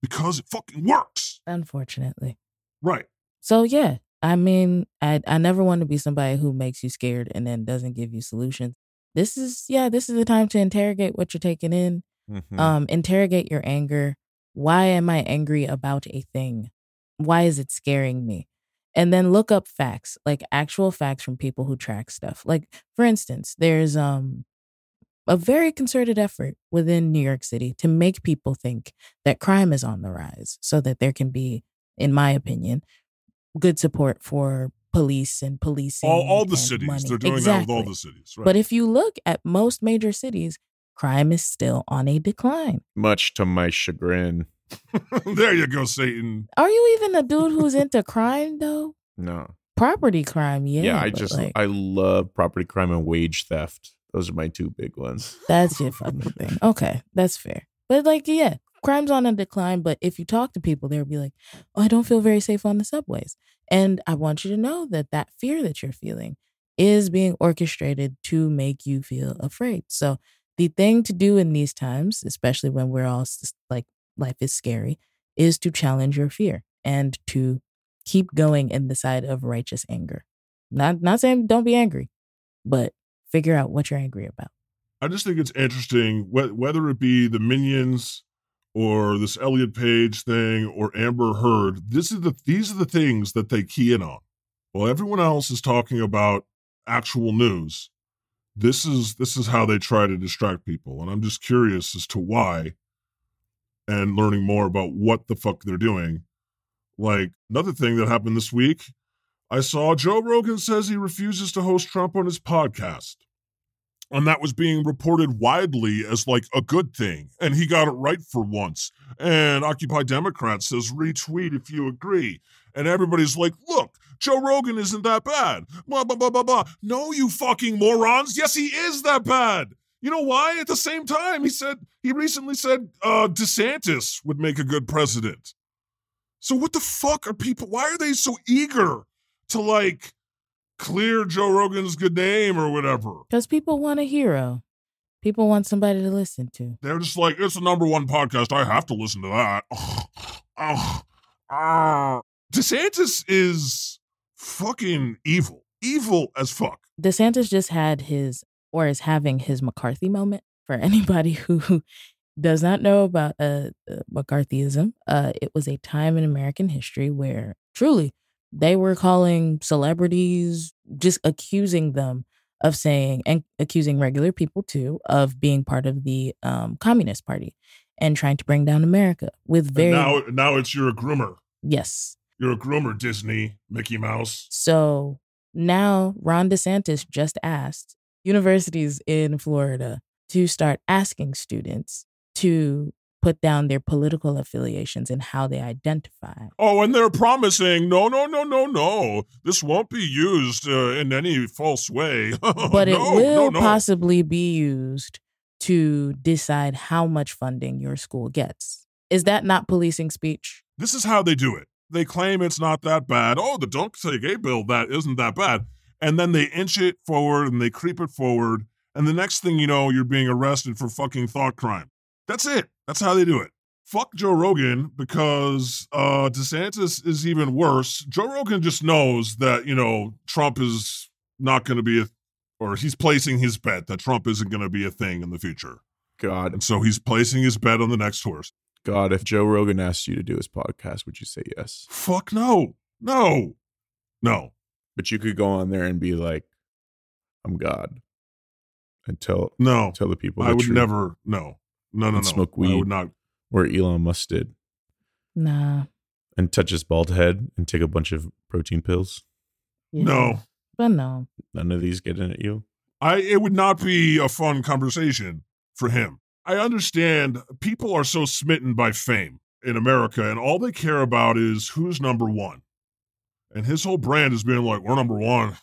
S6: Because it fucking works.
S4: Unfortunately.
S6: Right.
S4: So yeah, I mean, I I never want to be somebody who makes you scared and then doesn't give you solutions. This is yeah, this is the time to interrogate what you're taking in.
S6: Mm-hmm.
S5: Mhm.
S4: Um, interrogate your anger. Why am I angry about a thing? Why is it scaring me? And then look up facts, like actual facts from people who track stuff. Like for instance, there's um a very concerted effort within New York City to make people think that crime is on the rise so that there can be, in my opinion, good support for police and policing.
S6: All, all the
S4: and
S6: cities.
S4: money.
S6: They're doing that with all
S4: Exactly.
S6: the cities. Right.
S4: But if you look at most major cities, crime is still on a decline.
S5: Much to my chagrin.
S6: [laughs] there you go, Satan.
S4: Are you even a dude who's into crime though?
S5: No.
S4: Property crime, yeah.
S5: Yeah, I
S4: but,
S5: just
S4: like,
S5: I love property crime and wage theft. Those are my two big ones.
S4: that's your fucking thing. Okay, that's fair. But like, yeah, crime's on a decline. But if you talk to people, they'll be like, oh, "I don't feel very safe on the subways," and I want you to know that that fear that you're feeling is being orchestrated to make you feel afraid. So the thing to do in these times, especially when we're all s- like life is scary, is to challenge your fear and to keep going in the side of righteous anger. Not not saying don't be angry, but figure out what you're angry about.
S6: I just think it's interesting wh- whether it be the Minions or this Elliot Page thing or Amber Heard. This is the these are the things that they key in on. While everyone else is talking about actual news, this is this is how they try to distract people, and I'm just curious as to why. And learning more about what the fuck they're doing. Like another thing that happened this week, I saw Joe Rogan says he refuses to host Trump on his podcast and that was being reported widely as like a good thing and he got it right for once and occupy democrat says retweet if you agree and everybody's like look joe rogan isn't that bad blah blah blah blah blah no you fucking morons yes he is that bad you know why at the same time he said he recently said uh desantis would make a good president so what the fuck are people why are they so eager to like clear joe rogan's good name or whatever
S4: Because people want a hero. People want somebody to listen to.
S6: They're just like, it's the number one podcast. I have to listen to that. [sighs] Ugh. Ah. DeSantis is fucking evil. Evil as fuck.
S4: DeSantis just had his, or is having his McCarthy moment for [laughs] anybody who does not know about uh, uh, McCarthyism. Uh, it was a time in American history where truly they were calling celebrities, just accusing them of saying, and accusing regular people too, of being part of the um, Communist Party and trying to bring down America with
S6: And
S4: very,
S6: now, now it's you're a groomer.
S4: yes,
S6: You're a groomer, Disney, Mickey Mouse.
S4: So now Ron DeSantis just asked universities in Florida to start asking students to put down their political affiliations and how they identify.
S6: Oh, and they're promising, no, no, no, no, no. This won't be used uh, in any false way. [laughs]
S4: But it
S6: Oh, No,
S4: will
S6: no, no.
S4: possibly be used to decide how much funding your school gets. Is that not policing speech?
S6: This is how they do it. They claim it's not that bad. Oh, the don't say gay bill that isn't that bad, and then they inch it forward and they creep it forward, and the next thing you know, you're being arrested for fucking thought crime. That's it. That's how they do it. Fuck Joe Rogan because uh, DeSantis is even worse. Joe Rogan just knows that you know Trump is not going to be a, or he's placing his bet that Trump isn't going to be a thing in the future,
S5: God,
S6: and so he's placing his bet on the next horse.
S5: God, if Joe Rogan asked you to do his podcast, would you say yes?
S6: Fuck no, no, no.
S5: But you could go on there and be like, I'm God. and tell
S6: No,
S5: tell the people.
S6: I
S5: the
S6: would
S5: truth,
S6: never. No, no, no, no.
S5: And smoke
S6: I
S5: weed.
S6: would not.
S5: where Elon Musk did
S4: Nah.
S5: and touch his bald head and take a bunch of protein pills.
S4: Yeah.
S6: No,
S4: But no.
S5: None of these get in at you.
S6: I. It would not be a fun conversation for him. I understand people are so smitten by fame in America, and all they care about is who's number one. And his whole brand is being like, "We're number one.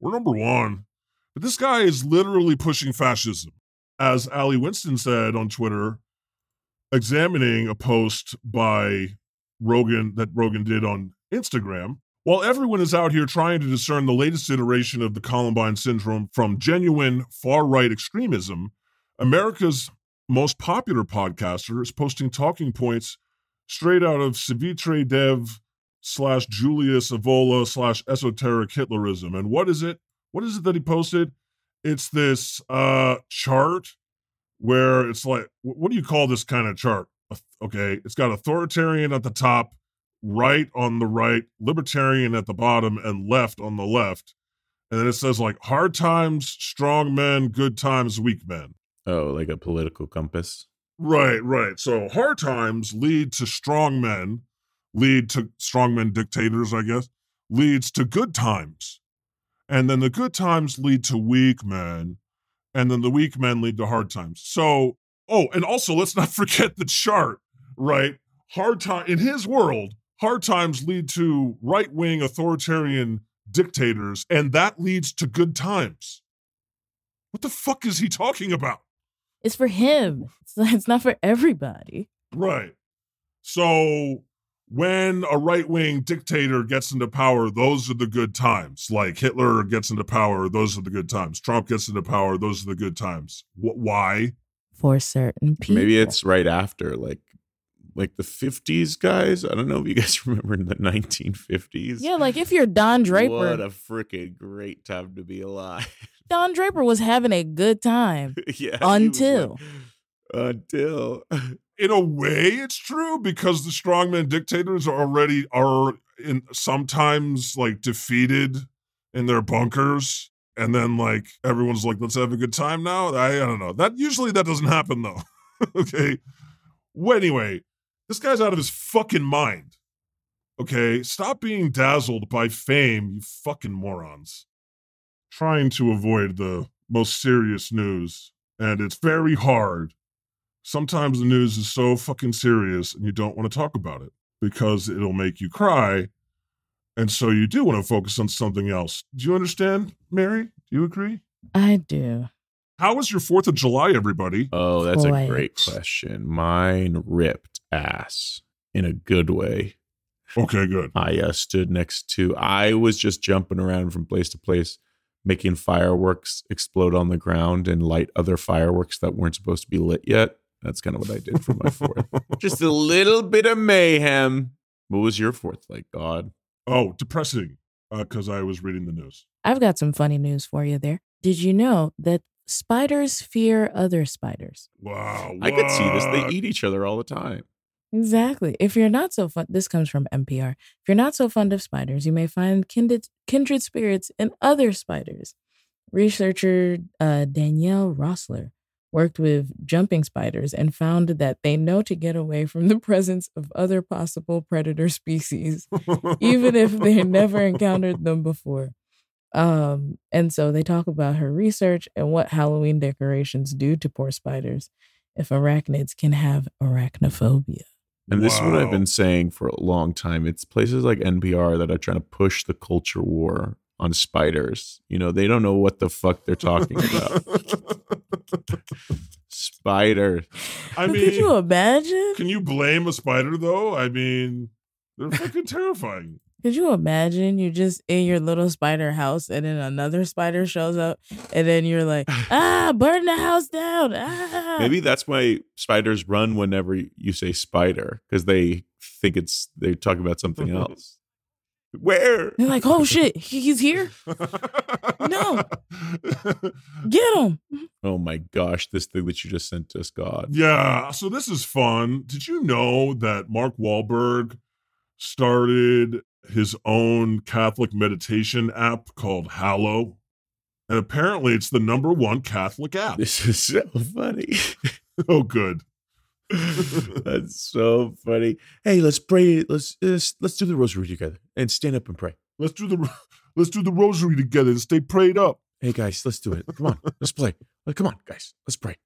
S6: We're number one." But this guy is literally pushing fascism, as Ali Winston said on Twitter, examining a post by Rogan that Rogan did on Instagram. While everyone is out here trying to discern the latest iteration of the Columbine syndrome from genuine far right extremism, America's most popular podcaster is posting talking points straight out of Civitre Dev slash Julius Evola slash esoteric Hitlerism. And what is it? What is it that he posted? It's this uh chart where it's like, wh- what do you call this kind of chart? Auth- Okay, it's got authoritarian at the top, right on the right, libertarian at the bottom, and left on the left. And then it says like hard times, strong men, good times, weak men.
S5: Oh, like a political compass.
S6: Right, right. So hard times lead to strong men, lead to strongmen dictators, I guess, leads to good times. And then the good times lead to weak men. And then the weak men lead to hard times. So, oh, and also let's not [laughs] forget the chart, right? Hard time in his world, hard times lead to right wing authoritarian dictators, and that leads to good times. What the fuck is he talking about?
S4: It's for him. It's not, it's not for everybody.
S6: Right. So when a right wing dictator gets into power, those are the good times. Like Hitler gets into power, those are the good times. Trump gets into power, those are the good times. Wh- why?
S4: For certain people.
S5: Maybe it's right after, like like the fifties guys. I don't know if you guys [laughs] remember in the nineteen fifties.
S4: Yeah, like if you're Don Draper,
S5: What a freaking great time to be alive. [laughs]
S4: Don Draper was having a good time.
S5: yeah. he was
S4: Until.
S5: like, until [laughs]
S6: In a way, it's true because the strongman dictators are already are in sometimes like defeated in their bunkers. And then like everyone's like, let's have a good time now. I, I don't know. That usually that doesn't happen though. [laughs] okay. Well, anyway, this guy's out of his fucking mind. Okay. Stop being dazzled by fame, you fucking morons. Trying to avoid the most serious news. And it's very hard. Sometimes the news is so fucking serious and you don't want to talk about it because it'll make you cry. And so you do want to focus on something else. Do you understand, Mary? Do you agree?
S4: I do.
S6: How was your 4th of July, everybody?
S5: Oh, that's
S4: Boy.
S5: a great question. Mine ripped ass in a good way.
S6: Okay, good.
S5: I uh, stood next to. I was just jumping around from place to place, making fireworks explode on the ground and light other fireworks that weren't supposed to be lit yet. That's kind of what I did for my
S6: [laughs]
S5: fourth. just a little bit of mayhem. What was your fourth like, God?
S6: Oh, depressing. Because I was reading the news.
S4: I've got some funny news for you there. Did you know that spiders fear other spiders?
S6: Wow.
S5: I could see this. They
S6: what?
S5: eat each other all the time.
S4: Exactly. If you're not so fun, this comes from NPR. If you're not so fond of spiders, you may find kindred, kindred spirits in other spiders. Researcher uh, Danielle Rossler worked with jumping spiders and found that they know to get away from the [laughs] presence of other possible predator species
S5: e
S4: even if
S6: [laughs]
S4: they never encountered them before. Um, and so they talk about her research and what Halloween decorations do to poor spiders if arachnids can have arachnophobia.
S5: And this is what I've
S6: Wow.
S5: been saying for a long time. It's places like NPR that are trying to push the culture war on spiders. You know, they don't know what the fuck they're talking
S6: [laughs]
S5: about. Spider.
S6: I
S4: But [laughs] could you
S6: mean,
S4: imagine?
S6: can you blame a spider though? I mean, they're fucking terrifying.
S4: Could you imagine you just in your little spider house and then another spider shows up and then you're
S6: [laughs]
S4: like, ah, burn the house down. Ah.
S5: Maybe that's why spiders run whenever you say spider because they think it's they're talking about something else. Where?
S4: They're like, oh shit, he's here. No. Get him.
S5: Oh my gosh, this thing that you just sent us, God.
S6: [laughs] Yeah, so this is fun. Did you know that Mark Wahlberg started his own Catholic meditation app called Hallow? And apparently it's the number one Catholic
S5: [laughs]
S6: app.
S3: This is so funny.
S6: oh, good.
S3: [laughs] That's so funny. Hey, let's pray. Let's let's, let's do the rosary together and stand up and pray.
S6: Let's do the let's do the rosary together and stay prayed up.
S3: Hey guys, let's do it. Come
S5: [laughs]
S3: on, let's play. Like, Come on, guys, let's pray.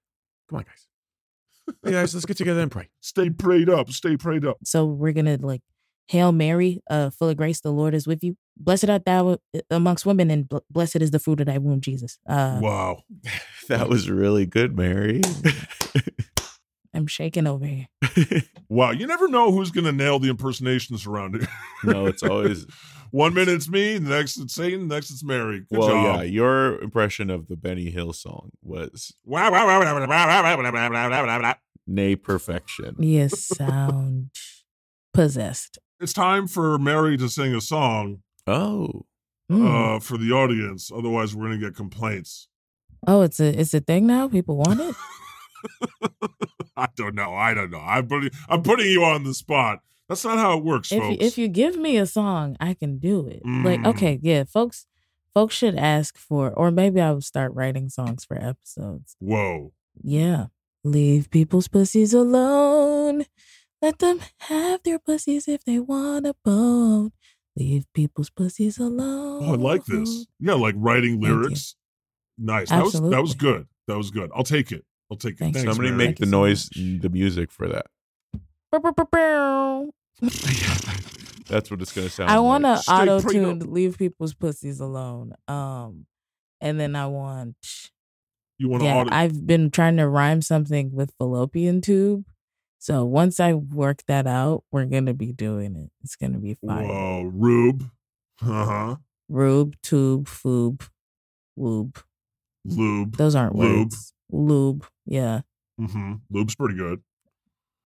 S3: Come on, guys. Hey guys, let's get together and pray.
S6: Stay prayed up. Stay prayed up.
S4: So we're gonna like, Hail Mary, uh, full of grace, the Lord is with you. Blessed art thou uh, amongst women, and bl- blessed is the fruit of thy womb, Jesus. Uh,
S6: Wow.
S3: That was really good, Mary.
S4: I'm shaking over here.
S6: Wow. You never know who's going to nail the impersonations around it.
S5: No, it's always
S6: [laughs] One minute it's me, the next it's Satan, the next it's Mary.
S5: [laughs]
S6: Good
S5: well,
S6: job.
S5: yeah. Your impression of the Benny Hill song was
S6: Wow, wow, wow, wow, wow, wow, wow, wow, wow, wow, wow, wow, wow.
S5: nay perfection.
S4: You sound possessed.
S6: It's time for Mary to sing a song
S5: Oh,
S4: Mm.
S6: uh, for the audience. Otherwise, we're going to get complaints. [laughs]
S4: oh, it's a it's a thing now. People want it.
S6: I don't know. I don't know. I'm putting, I'm putting you on the spot. That's not how it works,
S4: if you,
S6: folks.
S4: if you give me a song, I can do it. Like,
S6: Mm.
S4: okay, yeah, folks, folks should ask for, or maybe I would start writing songs for episodes.
S6: Whoa.
S4: Yeah, leave people's pussies alone. Let them have their pussies if they want a bone. Leave people's pussies alone.
S6: Oh, I like this. Yeah, like writing
S4: Thank you.
S6: lyrics. Nice. That was, that was
S4: Absolutely.
S6: good. That was good. I'll take it. I'll take it.
S4: Thank you.
S6: Thanks,
S5: somebody
S6: Mary.
S5: make
S4: Thank you
S5: the
S4: so
S5: noise,
S4: much.
S5: the music for that.
S4: Bow, bow, bow, bow.
S5: That's what it's gonna sound.
S4: I want to
S6: Stay
S4: auto tune
S6: prenup.
S4: leave people's pussies alone. Um, and then I want
S6: You want to
S4: yeah,
S6: audit.
S4: I've been trying to rhyme something with fallopian tube. So once I work that out, we're gonna be doing it. It's gonna be fine.
S6: Whoa, Rube. Uh huh.
S4: Rube, tube, foob, lube.
S6: Lube.
S4: Those aren't
S6: Lube.
S4: words. Lube. Yeah.
S6: hmm Lube's pretty good.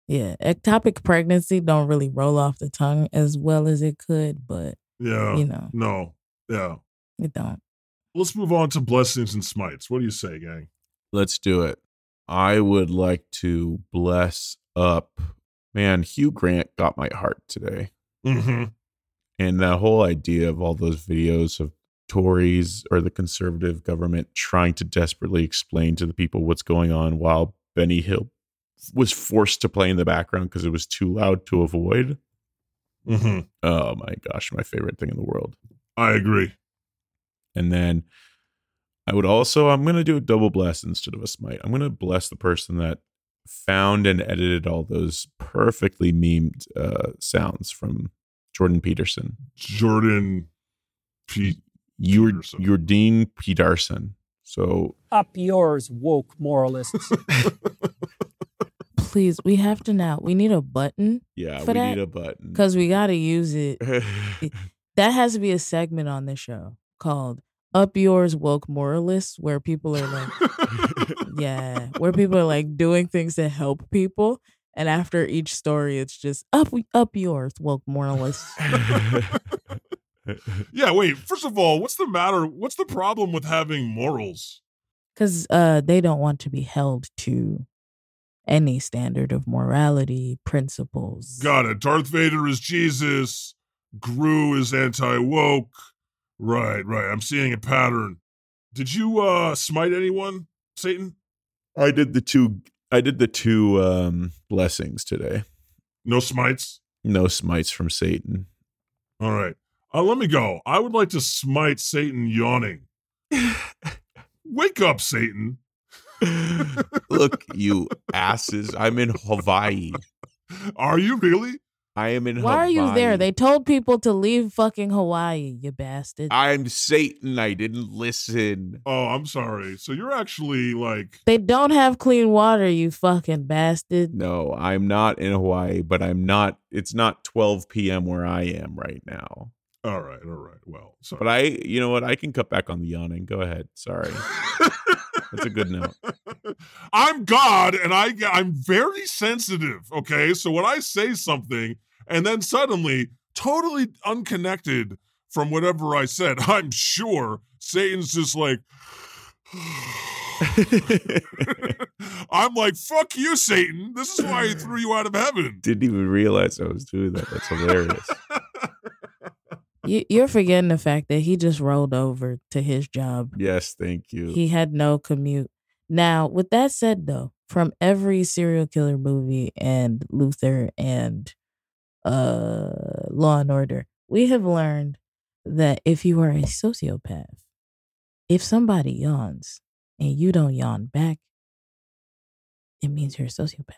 S4: Yeah. Ectopic pregnancy don't really roll off the tongue as well as it could, but
S6: Yeah.
S4: you know,
S6: No. Yeah.
S4: it don't.
S6: Let's move on to blessings and smites. What do you say, gang?
S5: Let's do it. I would like to bless up. Man, Hugh Grant got my heart today.
S6: Mm-hmm.
S5: And that whole idea of all those videos of Tories or the conservative government trying to desperately explain to the people what's going on while Benny Hill was forced to play in the background because it was too loud to avoid.
S6: Mm-hmm.
S5: Oh my gosh, my favorite thing in the world.
S6: I agree.
S5: And then I would also, I'm going to do a double bless instead of a smite. I'm going to bless the person that found and edited all those perfectly memed uh, sounds from Jordan Peterson.
S6: Jordan [laughs] Pete.
S5: Your,
S6: Peterson.
S5: your Dean Peterson. So
S9: Up yours, woke moralists.
S4: Please, we have to now. We need a button
S5: yeah,
S4: For
S5: we
S4: that-
S5: need a button.
S4: because we gotta use it
S6: Eh.
S4: that has to be a segment on this show called up yours woke moralists where people are
S6: [laughs]
S4: like yeah where people are like doing things to help people and after each story it's just up up yours woke moralists
S6: Yeah, wait. First of all, what's the matter? What's the problem with having morals?
S4: because uh they don't want to be held to any standard of morality principles
S6: Got it. Darth Vader is Jesus. Gru is anti woke. Right, right. I'm seeing a pattern. Did you uh smite anyone, Satan?
S5: [laughs] I did the two. I did the two um, blessings today.
S6: No smites.
S5: No smites from Satan.
S6: All right. Uh, let me go. I would like to smite Satan yawning. Wake up, Satan.
S5: Look, you asses! I'm in Hawaii.
S6: Are you really?
S5: I am in.
S4: why are you there
S5: Hawaii.
S4: they told people to leave fucking hawaii you bastard
S5: I'm Satan. I didn't listen.
S6: Oh, I'm sorry. So you're actually like
S4: they don't have clean water you fucking bastard
S5: No, I'm not in Hawaii, but I'm not. It's not 12 p.m. where I am right now.
S6: all right, all right. Well, so
S5: But I, you know what? I can cut back on the yawning. Go ahead. Sorry. That's a good
S6: [laughs]
S5: note.
S6: I'm God and I I'm very sensitive, okay? So when I say something and then suddenly totally unconnected from whatever I said, [laughs] I'm sure Satan's just like [sighs] I'm like, fuck you, Satan. This is why he threw you out of heaven.
S5: Didn't even realize I was doing that. That's hilarious.
S4: You, you're forgetting the fact that he just rolled over to his job.
S5: Yes, thank you.
S4: He had no commute. Now, with that said, though, from every serial killer movie and Luther and uh, Law and Order, we have learned that if you are a sociopath, if somebody yawns and you don't yawn back, it means you're a sociopath.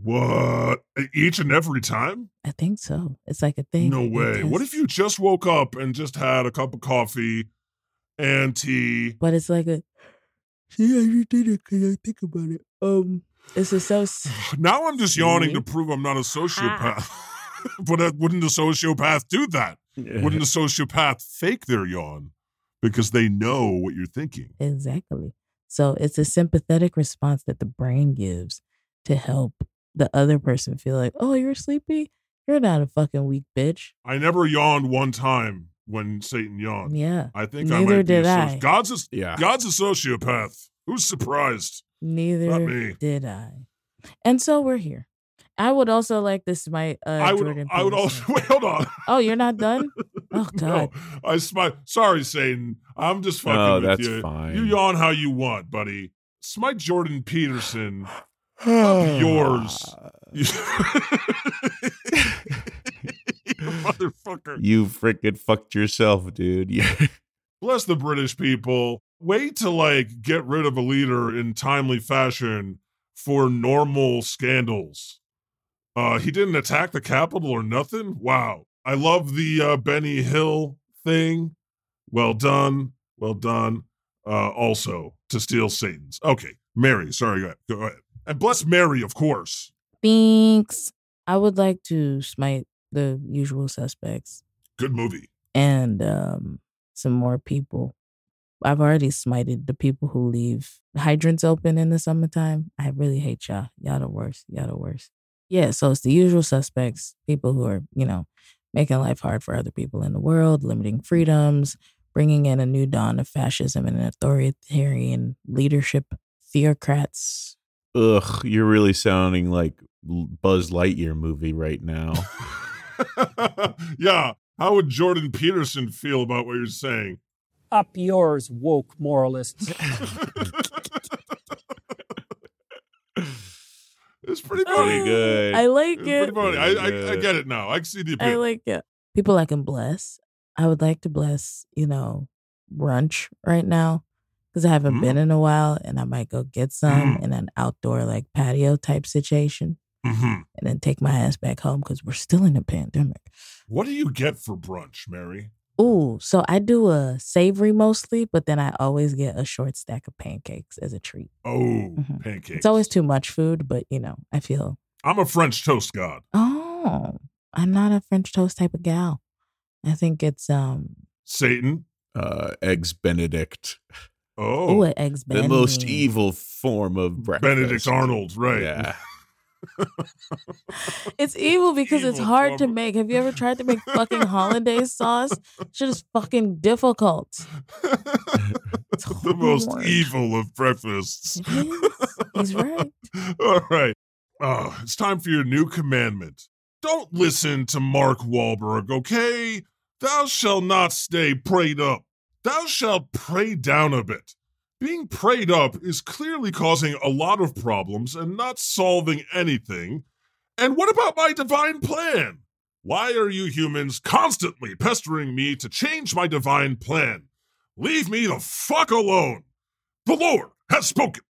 S6: What? E-, Each and every time?
S4: I think so. It's like a thing.
S6: no way. What
S4: because-
S6: if you just woke up and just had a cup of coffee and tea?
S4: But it's like a. See, I just did it because I think about it. Um, it's a so.
S6: Now I'm just yawning
S4: See?
S6: to prove I'm not a sociopath.
S4: Ah.
S6: [laughs] but uh, wouldn't a sociopath do that?
S4: Eh.
S6: Wouldn't a sociopath fake their yawn because they know what you're thinking?
S4: Exactly. So it's a sympathetic response that the brain gives to help the other person feel like, oh, you're sleepy? You're not a fucking weak bitch.
S6: I never yawned one time when Satan yawned.
S4: Yeah.
S6: I think I
S4: Neither
S6: might be a
S4: did
S6: soci-
S4: I.
S6: God's a,
S5: yeah.
S6: God's a sociopath. Who's surprised? me.
S4: Neither did I. And so we're here. I would also like this, my uh,
S6: I would.
S4: Jordan.
S6: I would
S4: Peterson.
S6: also. [laughs] Wait, hold on.
S4: Oh, you're not
S6: [laughs]
S4: done? Oh, God. Oh,
S6: No, I smite. Sorry, Satan. I'm just fucking
S5: No,
S6: with
S5: Oh, that's
S6: you.
S5: fine.
S6: You
S5: [sighs]
S6: yawn how you want, buddy. Smite Jordan Peterson. Of yours. [laughs] You- Motherfucker.
S5: You freaking fucked yourself, dude. [laughs] Yeah.
S6: Bless the British people. Way to like get rid of a leader in timely fashion for normal scandals. Uh, he didn't attack the Capitol or nothing. Wow. I love the uh, Benny Hill thing. Well done. Well done. Uh, also, to steal Satan's. Okay. Mary. Sorry. Go ahead. Go ahead. And bless Mary, of course.
S4: Thanks. I would like to smite the usual suspects
S6: Good movie.
S4: and um, some more people. I've already smited the people who leave hydrants open in the summertime. I really hate y'all. Y'all the worst. Y'all the worst. Yeah, so it's the usual suspects, people who are, you know, making life hard for other people in the world, limiting freedoms, bringing in a new dawn of fascism and authoritarian leadership, theocrats.
S5: Ugh, you're really sounding like L- Buzz Lightyear movie right now.
S6: [laughs] yeah. How would Jordan Peterson feel about what
S4: [laughs]
S6: you're saying?
S9: Up yours, woke moralists.
S6: it's pretty funny.
S5: Pretty
S4: [gasps]
S5: good.
S4: I like
S6: It's
S4: it.
S6: pretty funny. I, I, I
S5: Yeah.
S6: get it now. I can see the
S4: I
S6: appeal.
S4: like it. People I can bless. I would like to bless, you know, brunch right now because I haven't been in a while and I might go get some in an outdoor, like patio type situation
S6: Mhm.
S4: and then take my ass back home because we're still in a pandemic.
S6: What do you get for brunch, Mary?
S4: Ooh, so I do a savory mostly, but then I always get a short stack of pancakes as a treat.
S6: Oh,
S4: Mhm.
S6: pancakes.
S4: It's always too much food, but you know, I feel,
S6: I'm a French toast god.
S4: oh, I'm not a French toast type of gal. I think it's, um,
S6: Satan.
S5: Uh, Eggs Benedict,
S6: Oh,
S4: ooh, an eggs
S5: the most
S4: benedict.
S5: evil form of breakfast.
S6: Benedict Arnold. Right.
S5: Yeah.
S4: It's evil because it's
S6: Evil
S4: hard to
S6: form of-
S4: make. Have you ever tried to
S6: [laughs]
S4: make fucking hollandaise sauce? Shit is fucking difficult.
S6: [laughs] the most
S4: hard.
S6: evil of breakfasts.
S4: It is. He's right.
S6: [laughs] All right. Oh, it's time for your new commandment. Don't listen to Mark Wahlberg, okay? Thou shalt not stay prayed up. Thou shalt pray down a bit. Being prayed up is clearly causing a lot of problems and not solving anything. And what about my divine plan? Why are you humans constantly pestering me to change my divine plan? Leave me the fuck alone. The Lord has spoken.